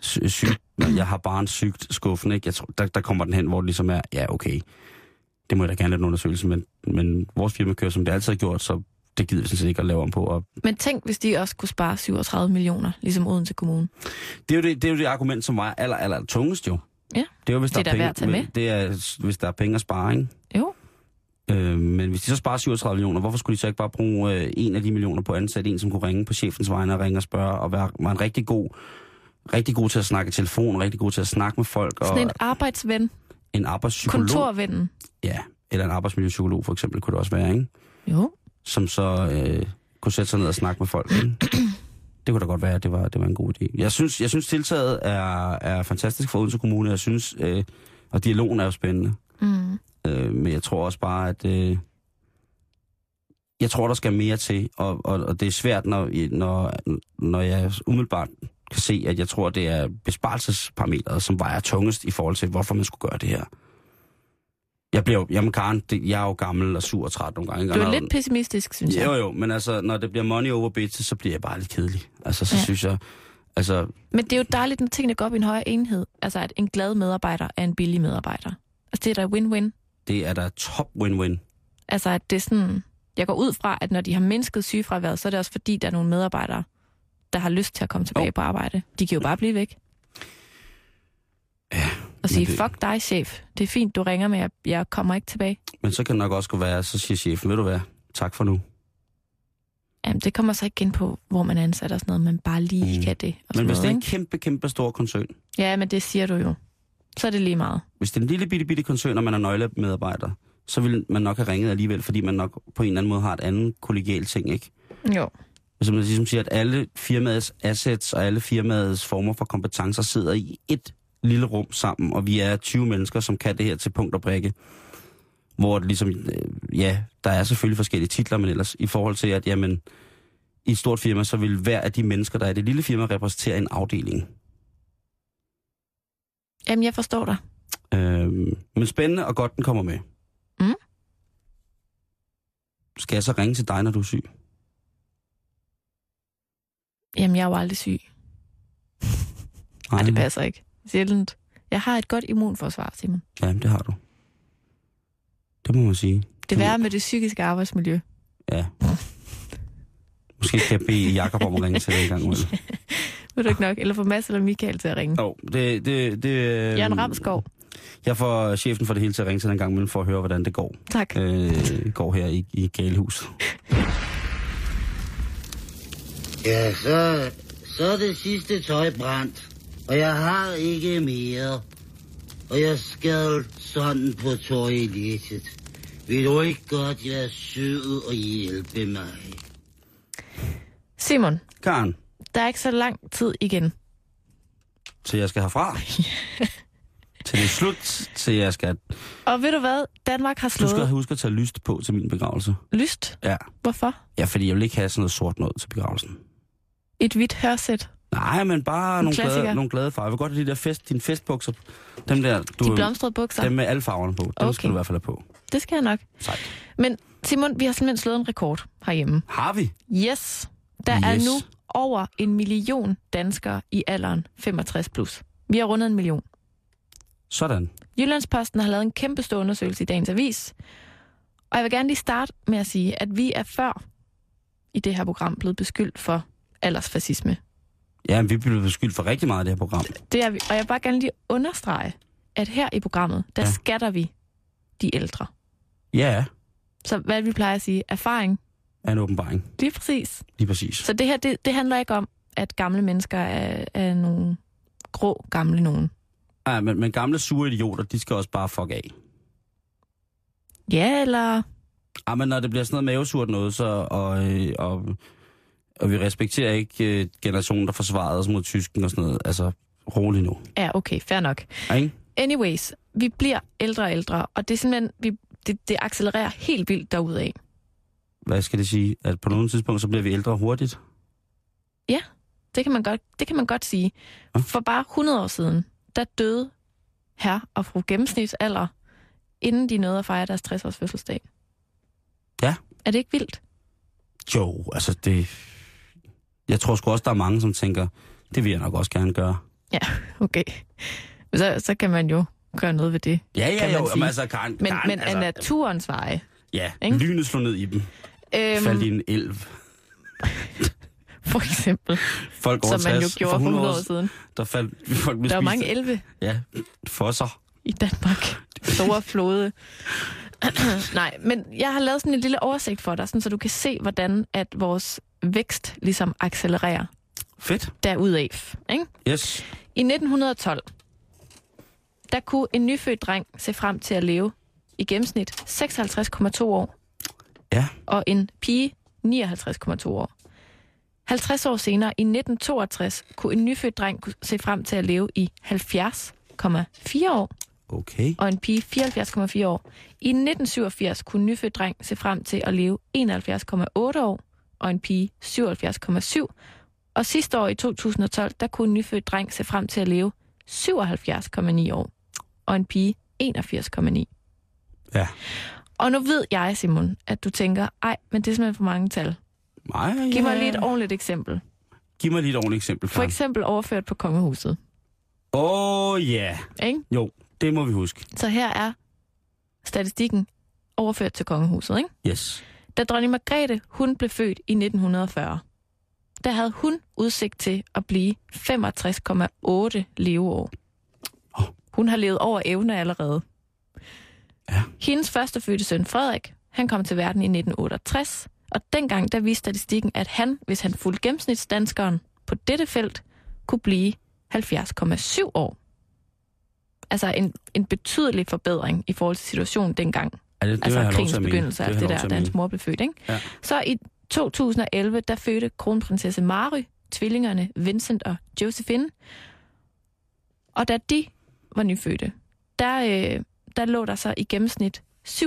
S4: Sy- sygt. Jeg har barn sygt skuffen, ikke? Jeg tror, der, der kommer den hen, hvor det ligesom er, ja, okay, det må jeg da gerne lade en undersøgelse, men, men vores firma kører, som det altid har gjort, så det gider vi sådan set ikke at lave om på. Og
S5: Men tænk, hvis de også kunne spare 37 millioner, ligesom Odense Kommune.
S4: det, er jo det, det er jo det argument, som var aller, aller tungest jo.
S5: Ja,
S4: det er jo, hvis
S5: det er
S4: der
S5: da
S4: er
S5: værd at tage
S4: penge,
S5: med.
S4: Det er, hvis der er penge at spare, ikke?
S5: Jo,
S4: Øh, men hvis de så sparer 37 millioner, hvorfor skulle de så ikke bare bruge øh, en af de millioner på ansat, en som kunne ringe på chefens vegne og ringe og spørge, og være, var en rigtig god, rigtig god til at snakke i telefon, rigtig god til at snakke med folk, og
S5: sådan en arbejdsven,
S4: en arbejdspsykolog.
S5: kontorvennen.
S4: Ja, eller en arbejdsmiljøpsykolog for eksempel kunne det også være, ikke?
S5: Jo,
S4: Som så øh, kunne sætte sig ned og snakke med folk. Ikke? Det kunne da godt være, at det var, det var en god idé. Jeg synes, jeg synes tiltaget er, er fantastisk for Odense Kommune. Jeg synes, øh, og dialogen er jo spændende.
S5: Mm.
S4: Øh, men jeg tror også bare, at... Øh, jeg tror, der skal mere til, og, og, og det er svært, når, når, når jeg umiddelbart kan se, at jeg tror, det er besparelsesparametret, som vejer tungest i forhold til, hvorfor man skulle gøre det her. Jeg bliver jo, jamen Karen, det, jeg er jo gammel og sur og træt nogle gange.
S5: Du er
S4: Og-
S5: lidt pessimistisk, synes jeg.
S4: Jo, jo, men altså, når det bliver money over bitches, så bliver jeg bare lidt kedelig. Altså, så
S5: Ja.
S4: ja. synes jeg, altså,
S5: Men det er jo dejligt, når tingene går op i en højere enhed. Altså, at en glad medarbejder er en billig medarbejder. Altså, det er da win-win.
S4: det er da top win-win.
S5: Altså, at det er sådan... Jeg går ud fra, at når de har mindsket sygefraværet, så er det også fordi, der er nogle medarbejdere, der har lyst til at komme tilbage
S4: Jo.
S5: på arbejde. De kan jo bare blive væk. Ja, og sige,
S4: det-
S5: fuck dig, chef. Det er fint, du ringer, men jeg, jeg kommer ikke tilbage.
S4: Men så kan det nok også kunne være, så siger chefen, ved du hvad, tak for nu.
S5: Jamen, det kommer så ikke ind på, hvor man er ansat og sådan noget, men bare lige mm.
S4: Mm.
S5: kan det. Og sådan
S4: Men hvis det
S5: noget,
S4: er en kæmpe, kæmpe stor koncern,
S5: ikke? Ja, men det siger du jo. Så er det lige meget.
S4: hvis det er en lille bitte, bitte koncern, og man er nøglemedarbejder, så vil man nok have ringet alligevel, fordi man nok på en eller anden måde har et andet kollegialt ting, ikke?
S5: Jo.
S4: Hvis man ligesom siger, at alle firmaets assets og alle firmaets former for kompetencer sidder i et lille rum sammen, og vi er 20 mennesker, som kan det her til punkt og prikke. Hvor det ligesom, øh, ja, der er selvfølgelig forskellige titler, men ellers i forhold til, at jamen, i et stort firma, så vil hver af de mennesker, der er i det lille firma, repræsentere en afdeling.
S5: Jamen, jeg forstår dig.
S4: Øhm, men spændende og godt, den kommer med.
S5: Mm.
S4: Skal jeg så ringe til dig, når du er syg?
S5: Jamen, jeg er jo aldrig syg. Nej,
S4: Mm.
S5: det passer ikke. Sjældent. Jeg har et godt immunforsvar, Simon.
S4: Ja, det har du. Det må man sige.
S5: Det værre med det psykiske arbejdsmiljø.
S4: Ja. Måske kan jeg bede Jacob om at ringe til dig en gang ud.
S5: Ved du ikke nok? Eller få Mads eller Michael til at ringe.
S4: Jo, det... det, det
S5: Jørgen Ramskov.
S4: Jeg får chefen for det hele til at ringe til den gang imellem for at høre, hvordan det går.
S5: Tak.
S4: Øh, går her i, i Galehus.
S8: Ja, så, så er det sidste tøj brændt, og jeg har ikke mere. Og jeg skal sådan på toilettet. Vil du ikke godt være sød og hjælpe mig?
S5: Simon,
S4: Karen,
S5: der er ikke så lang tid igen.
S4: til jeg skal herfra. til det er slut, til jeg skal...
S5: Og ved du hvad? Danmark har
S4: Du skal
S5: slået
S4: huske at tage lyst på til min begravelse.
S5: lyst.
S4: Ja.
S5: Hvorfor?
S4: Ja, fordi jeg vil ikke have sådan noget sort noget til begravelsen.
S5: Et hvidt hørsæt.
S4: Nej, men bare
S5: En
S4: nogle glade,
S5: klassiker.
S4: nogle glade farver. Jeg vil godt have de der fest, dine festbukser. Dem der, du,
S5: De blomstrede bukser.
S4: dem med alle farverne på. Dem okay. skal
S5: Okay.
S4: du i hvert fald have på.
S5: Det skal jeg nok.
S4: Sejt.
S5: Men Simon, vi har simpelthen slået en rekord herhjemme.
S4: Har vi?
S5: Yes. Der er
S4: Yes.
S5: nu over en million danskere i alderen 65 plus. Vi har rundet en million.
S4: Sådan.
S5: Jyllandsposten har lavet en kæmpe stor undersøgelse i dagens avis. Og jeg vil gerne lige starte med at sige, at vi er før i det her program blevet beskyldt for aldersfascisme.
S4: Ja, men vi bliver beskyldt for rigtig meget af det her program.
S5: Det er vi. Og jeg vil bare gerne lige understrege, at her i programmet, der
S4: Ja.
S5: ja. skatter vi de ældre.
S4: Ja,
S5: Så hvad vi plejer at sige, erfaring,
S4: er en åbenbaring.
S5: lige præcis.
S4: Lige præcis.
S5: Så det her, det, det handler ikke om, at gamle mennesker er, er nogle grå gamle nogen.
S4: Ja, men, men gamle sure idioter, de skal også bare fuck af.
S5: Ja, eller...
S4: Ja, men når det bliver sådan noget mavesurt noget, så, og, øh, og, og vi respekterer ikke øh, generationen, der forsvarede os mod tysken og sådan noget. Altså, rolig nu.
S5: Ja, okay, fair nok.
S4: Ja, Ikke?
S5: Anyways, vi bliver ældre og ældre, og det er simpelthen... Vi, det, det accelererer helt vildt derudad.
S4: Hvad skal det sige? At på nogle tidspunkt, så bliver vi ældre hurtigt.
S5: Det kan man godt, det kan man godt sige.
S4: Ja.
S5: For bare 100 år siden, der døde herre og fru gennemsnitsalder, inden de nåede at fejre deres 60-års fødselsdag.
S4: Ja.
S5: Er det ikke vildt?
S4: Jo, altså det... Jeg tror sgu også, der er mange, som tænker, det vil jeg nok også gerne gøre.
S5: Okay. Så, så kan man jo gøre noget ved det.
S4: Ja,
S5: Kan
S4: ja,
S5: man
S4: jo.
S5: sige.
S4: Jamen, altså, Karen,
S5: Men,
S4: Karen,
S5: men altså,
S4: altså,
S5: af naturens veje.
S4: Ja,
S5: ikke?
S4: lynet slog ned i dem. Øhm... Faldt i en elv.
S5: for eksempel,
S4: Folk over
S5: som man jo
S4: 60,
S5: gjorde
S4: for
S5: for 100 år siden.
S4: Der faldt folk med
S5: Der er jo mange elve
S4: Ja, for sig.
S5: i Danmark. Store flåde. Nej, men jeg har lavet sådan en lille oversigt for dig, sådan, så du kan se, hvordan at vores vækst ligesom accelererer
S4: Fedt.
S5: derudaf. Ikke?
S4: Yes.
S5: I 1912, der kunne en nyfødt dreng se frem til at leve i gennemsnit 56,2 år,
S4: Ja.
S5: og en pige 59,2 år. 50 år senere, i 1962, kunne en nyfødt dreng ku- se frem til at leve i 70,4 år,
S4: Okay.
S5: og en pige 74,4 år. I 1987 kunne en nyfødt dreng se frem til at leve 71,8 år, og en pige 77,7. Og sidste år i 2012, der kunne en nyfødt dreng se frem til at leve 77,9 år, og en pige 81,9.
S4: Ja.
S5: Og nu ved jeg, Simon, at du tænker, ej, men det er simpelthen for mange tal.
S4: Nej,
S5: Giv mig
S4: ja.
S5: lige et ordentligt eksempel.
S4: Giv mig lige et ordentligt eksempel,
S5: For
S4: Karen.
S5: eksempel overført på kongehuset.
S4: Åh, oh, ja. Yeah.
S5: Ikke?
S4: Jo, det må vi huske.
S5: Så her er statistikken overført til kongehuset. Ikke?
S4: Yes.
S5: Da dronning Margrethe hun blev født i 1940, der havde hun udsigt til at blive 65,8 leveår. Hun har levet over evne allerede.
S4: Ja.
S5: Hendes første fødte søn Frederik, han kom til verden i 1968, og dengang der viste statistikken, at han, hvis han fulgte gennemsnitsdanskeren på dette felt, kunne blive 70,7 år. Altså en, en betydelig forbedring i forhold til situationen dengang
S4: Ja, det, det vil jeg
S5: altså
S4: have lov til
S5: krigens
S4: at mene.
S5: begyndelse
S4: vil
S5: af
S4: jeg have
S5: det der,
S4: lov til at
S5: da hans
S4: mene.
S5: mor blev født. Ikke?
S4: Ja.
S5: Så i 2011, der fødte kronprinsesse Mary tvillingerne Vincent og Josephine. Og da de var nyfødte, der, øh, der lå der så i gennemsnit 77,9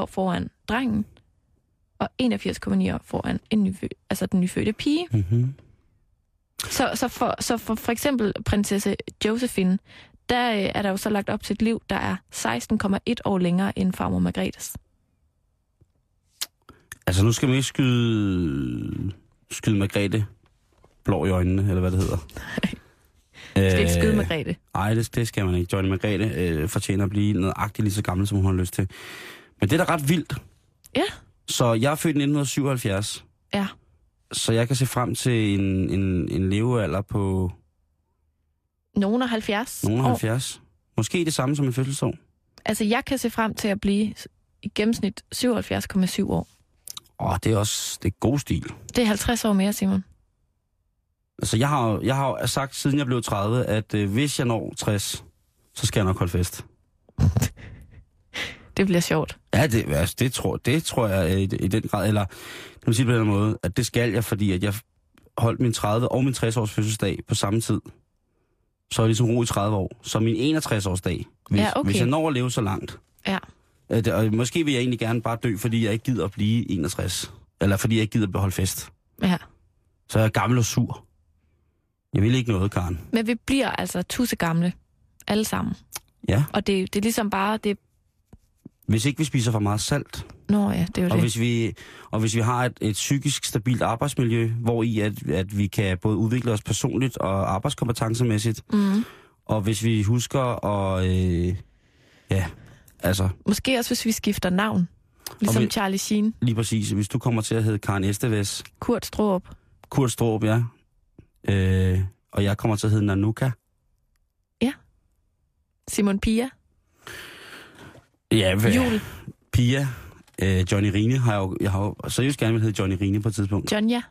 S5: år foran drengen, og 81,9 år foran en nyfød, altså den nyfødte pige.
S4: Mhm.
S5: Så, så, for, så for, for eksempel prinsesse Josephine, der øh, er der jo så lagt op til et liv, der er 16,1 år længere end farmor Margrethes.
S4: Altså, nu skal man ikke skyde... Skyde Margrethe blå i øjnene, eller hvad det hedder.
S5: Skal ikke skyde
S4: Øh,
S5: Margrethe.
S4: Nej, det, det skal man ikke. Johnny Margrethe øh, fortjener at blive nøjagtigt lige så gammel, som hun har lyst til. Men det er da ret vildt.
S5: Ja.
S4: Så jeg er født i 1977,
S5: Ja.
S4: så jeg kan se frem til en, en, en levealder på
S5: Nogen er 70
S4: nogen
S5: år.
S4: 70. Måske det samme som en fødselsår.
S5: Altså, jeg kan se frem til at blive i gennemsnit 77,7 år.
S4: Åh, det er også det er god stil.
S5: Det er 50 år mere, Simon.
S4: Altså, jeg har, jo- jeg har jo sagt, siden jeg blev 30, at øh, hvis jeg når 60, så skal jeg nok holde fest.
S5: Det bliver sjovt.
S4: Ja, det, altså, det, tror, det tror jeg øh, i, i den grad, eller jeg vil sige det på den her måde, at det skal jeg, fordi at jeg holdt min 30 og min 60-års fødselsdag på samme tid. Så er jeg ligesom ro i 30 år. Så min 61-års dag, hvis,
S5: Ja, okay.
S4: hvis jeg når at leve så langt.
S5: Ja.
S4: Øh, det- Og måske vil jeg egentlig gerne bare dø, fordi jeg ikke gider at blive 61. Eller fordi jeg ikke gider at beholde fest.
S5: Ja.
S4: Så er jeg gammel og sur. Jeg vil ikke noget, Karen.
S5: Men vi bliver altså tusse gamle. Alle sammen.
S4: Ja.
S5: Og det, det er ligesom bare det...
S4: Hvis ikke vi spiser for meget salt,
S5: Nå ja, det er jo
S4: Og
S5: det.
S4: hvis vi, og hvis vi har et, et psykisk stabilt arbejdsmiljø, hvor i at, at vi kan både udvikle os personligt og arbejdskompetencemæssigt,
S5: Mm.
S4: og hvis vi husker at... Øh, ja, altså
S5: Måske også, hvis vi skifter navn. Ligesom
S4: vi-
S5: vi... Charlie Sheen,
S4: lige præcis, hvis du kommer til at hedde Karen Esteves,
S5: Kurt Stroop.
S4: Kurt Stroop, ja, øh, og jeg kommer til at hedde Nanuka.
S5: Simon Pia,
S4: Ja, hvad?
S5: Jul,
S4: Pia, øh, Johnny Rine har jeg jo, jeg har jo seriøst gerne vil hedde Johnny Rine på et tidspunkt.
S5: Jonja.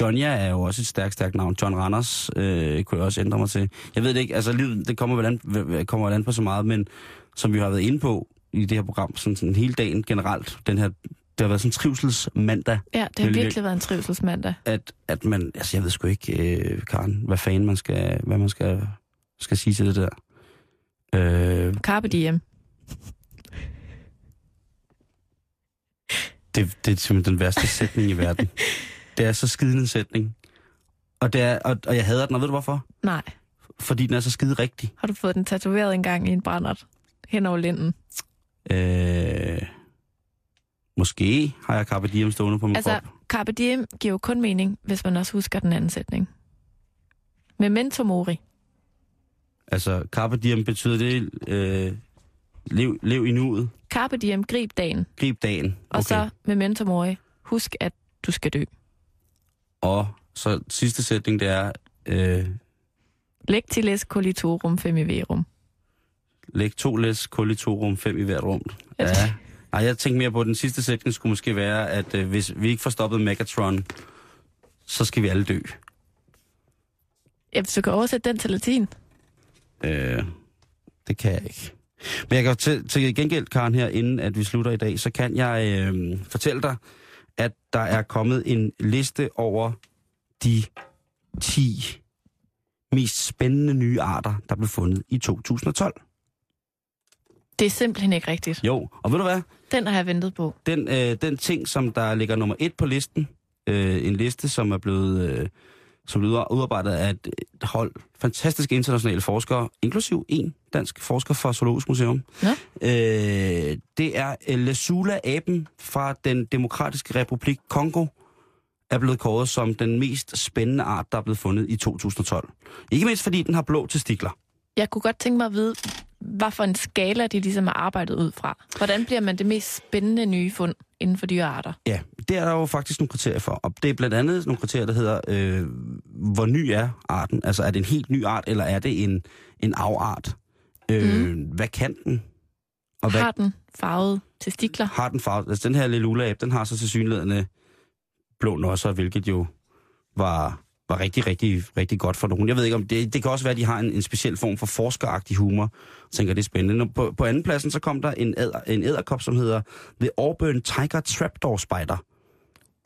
S4: Johnja er jo også et stærkt, stærkt navn. John Randers øh, kunne jeg også ændre mig til. Jeg ved det ikke, altså livet, det kommer vel, an, vel- vel- kommer vel an på så meget, men som vi har været inde på i det her program, sådan, sådan hele dagen generelt, den her, det har været sådan en trivselsmandag,
S5: Ja, det har
S4: Lille
S5: virkelig været en trivselsmandag.
S4: at, at man, altså jeg ved sgu ikke, øh, Karen, hvad fanden man skal, hvad man skal, skal sige til det der. Øh,
S5: Carpe diem.
S4: det, det er simpelthen den værste sætning i verden. Det er så skidende en sætning. Og, det er, og, og jeg hader den, og ved du hvorfor?
S5: Nej,
S4: Fordi den er så skide rigtig.
S5: har du fået den tatoveret engang i en brændert hen over linden?
S4: Øh, måske har jeg Carpe Diem stående på min altså,
S5: Altså,
S4: krop.
S5: Carpe diem giver jo kun mening, hvis man også husker den anden sætning. Memento mori.
S4: Altså, Carpe Diem betyder det, øh, lev, lev i nuet,
S5: Carpe diem, grib dagen.
S4: grib dagen.
S5: Og så memento mori. Husk, at du skal dø.
S4: Og så sidste sætning, det er, øh,
S5: Lectiles colitorum femiverum.
S4: læg to læs, kul i to rum, fem i hvert rum. Ja. Ej, jeg tænkte mere på, at den sidste sætning skulle måske være, at øh, hvis vi ikke får stoppet Megatron, så skal vi alle dø.
S5: Ja, hvis du kan oversætte den til latin.
S4: Øh, det kan jeg ikke. Men jeg kan jo til, til gengæld, Karen, her, inden at vi slutter i dag, så kan jeg øh, fortælle dig, at der er kommet en liste over de 10 mest spændende nye arter, der blev fundet i 2012.
S5: Det er simpelthen ikke rigtigt.
S4: Jo, og ved du hvad?
S5: Den har jeg ventet på.
S4: Den, øh, den ting, som der ligger nummer et på listen, øh, en liste, som er blevet øh, som lyder udarbejdet af et et hold fantastiske internationale forskere, inklusiv en dansk forsker fra Zoologisk Museum.
S5: Nå.
S4: Øh, det er øh, Lesula-aben fra den demokratiske republik Kongo, er blevet kåret som den mest spændende art, der er blevet fundet i 2012. Ikke mindst fordi den har blå testikler.
S5: Jeg kunne godt tænke mig at vide, hvad for en skala de ligesom har arbejdet ud fra. Hvordan bliver man det mest spændende nye fund inden for dyrearter?
S4: Ja, det er der jo faktisk nogle kriterier for. Og det er blandt andet nogle kriterier, der hedder, øh, hvor ny er arten? Altså er det en helt ny art, eller er det en, en afart? Øh, mm. Hvad kan den? Og hvad
S5: Har den farvede testikler?
S4: har den farve? Altså den her lille den har så til synlædende blå nosser, hvilket jo var, var rigtig, rigtig, rigtig godt for nogen. Jeg ved ikke om det, det kan også være, at de har en, en speciel form for forskeragtig humor. Jeg tænker, det er spændende. Nå, På, på anden pladsen, så kom der en, æder, en æderkop, som hedder The Auburn Tiger Trapdoor Spider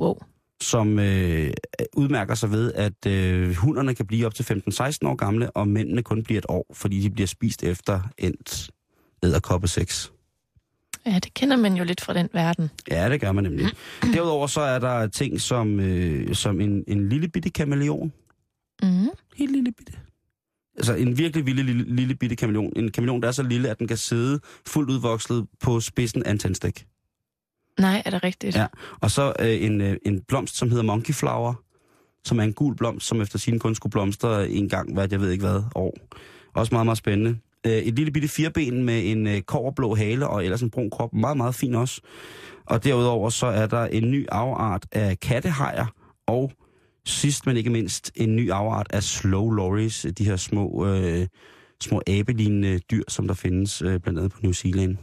S5: Wow.
S4: som øh, udmærker sig ved, at øh, hunderne kan blive op til 15-16 år gamle, og mændene kun bliver et år, fordi de bliver spist efter endt æderkoppeseks.
S5: Ja, det kender man jo lidt fra den verden.
S4: Ja, det gør man nemlig. Derudover så er der ting som, øh, som en, en lille bitte kameleon.
S5: Mm.
S4: Helt lille bitte. Altså en virkelig lille, lille, lille bitte kameleon. En kameleon, der er så lille, at den kan sidde fuldt udvokslet på spidsen af en tændstik.
S5: Nej, er det rigtigt?
S4: Ja. Og så øh, en, øh, en blomst, som hedder monkey flower, som er en gul blomst, som efter sin kun skulle blomstre en gang, hvad jeg ved ikke hvad, år. Også meget, meget spændende. Øh, et lille bitte firben med en øh, koverblå hale og ellers en brun krop. Meget, meget fin også. Og derudover så er der en ny afart af kattehajer, og sidst men ikke mindst en ny afart af slow lorries, de her små... Øh, små abelignende dyr, som der findes øh, blandt andet på New Zealand.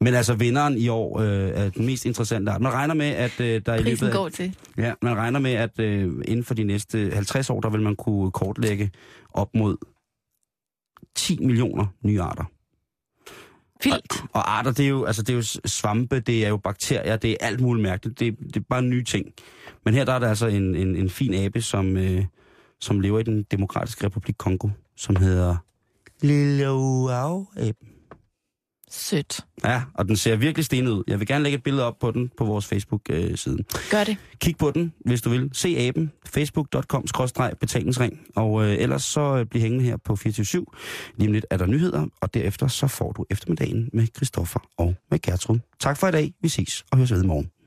S4: Men altså vinderen i år øh, er den mest interessante art. Man regner med, at øh, der i løbet
S5: Prisen
S4: af...
S5: går til.
S4: Ja, man regner med, at øh, inden for de næste 50 år, der vil man kunne kortlægge op mod 10 millioner nye arter.
S5: Vildt.
S4: Og arter, det er jo, altså, det er jo s- svampe, det er jo bakterier, det er alt muligt mærkeligt. Det, det er bare nye ting. Men her der er der altså en, en, en fin abe, som, øh, som lever i den demokratiske republik Kongo, som hedder Lille
S5: Sødt.
S4: Ja, og den ser virkelig stenet ud. Jeg vil gerne lægge et billede op på den på vores øh, Facebook-side.
S5: Gør det.
S4: Kig på den, hvis du vil. Se aben. Facebook.com-betalingsring. Og øh, ellers så øh, bliv hængende her på 24 Lige om lidt er der nyheder, og derefter så får du eftermiddagen med Christoffer og med Gertrud. Tak for i dag. Vi ses og høres ved i morgen.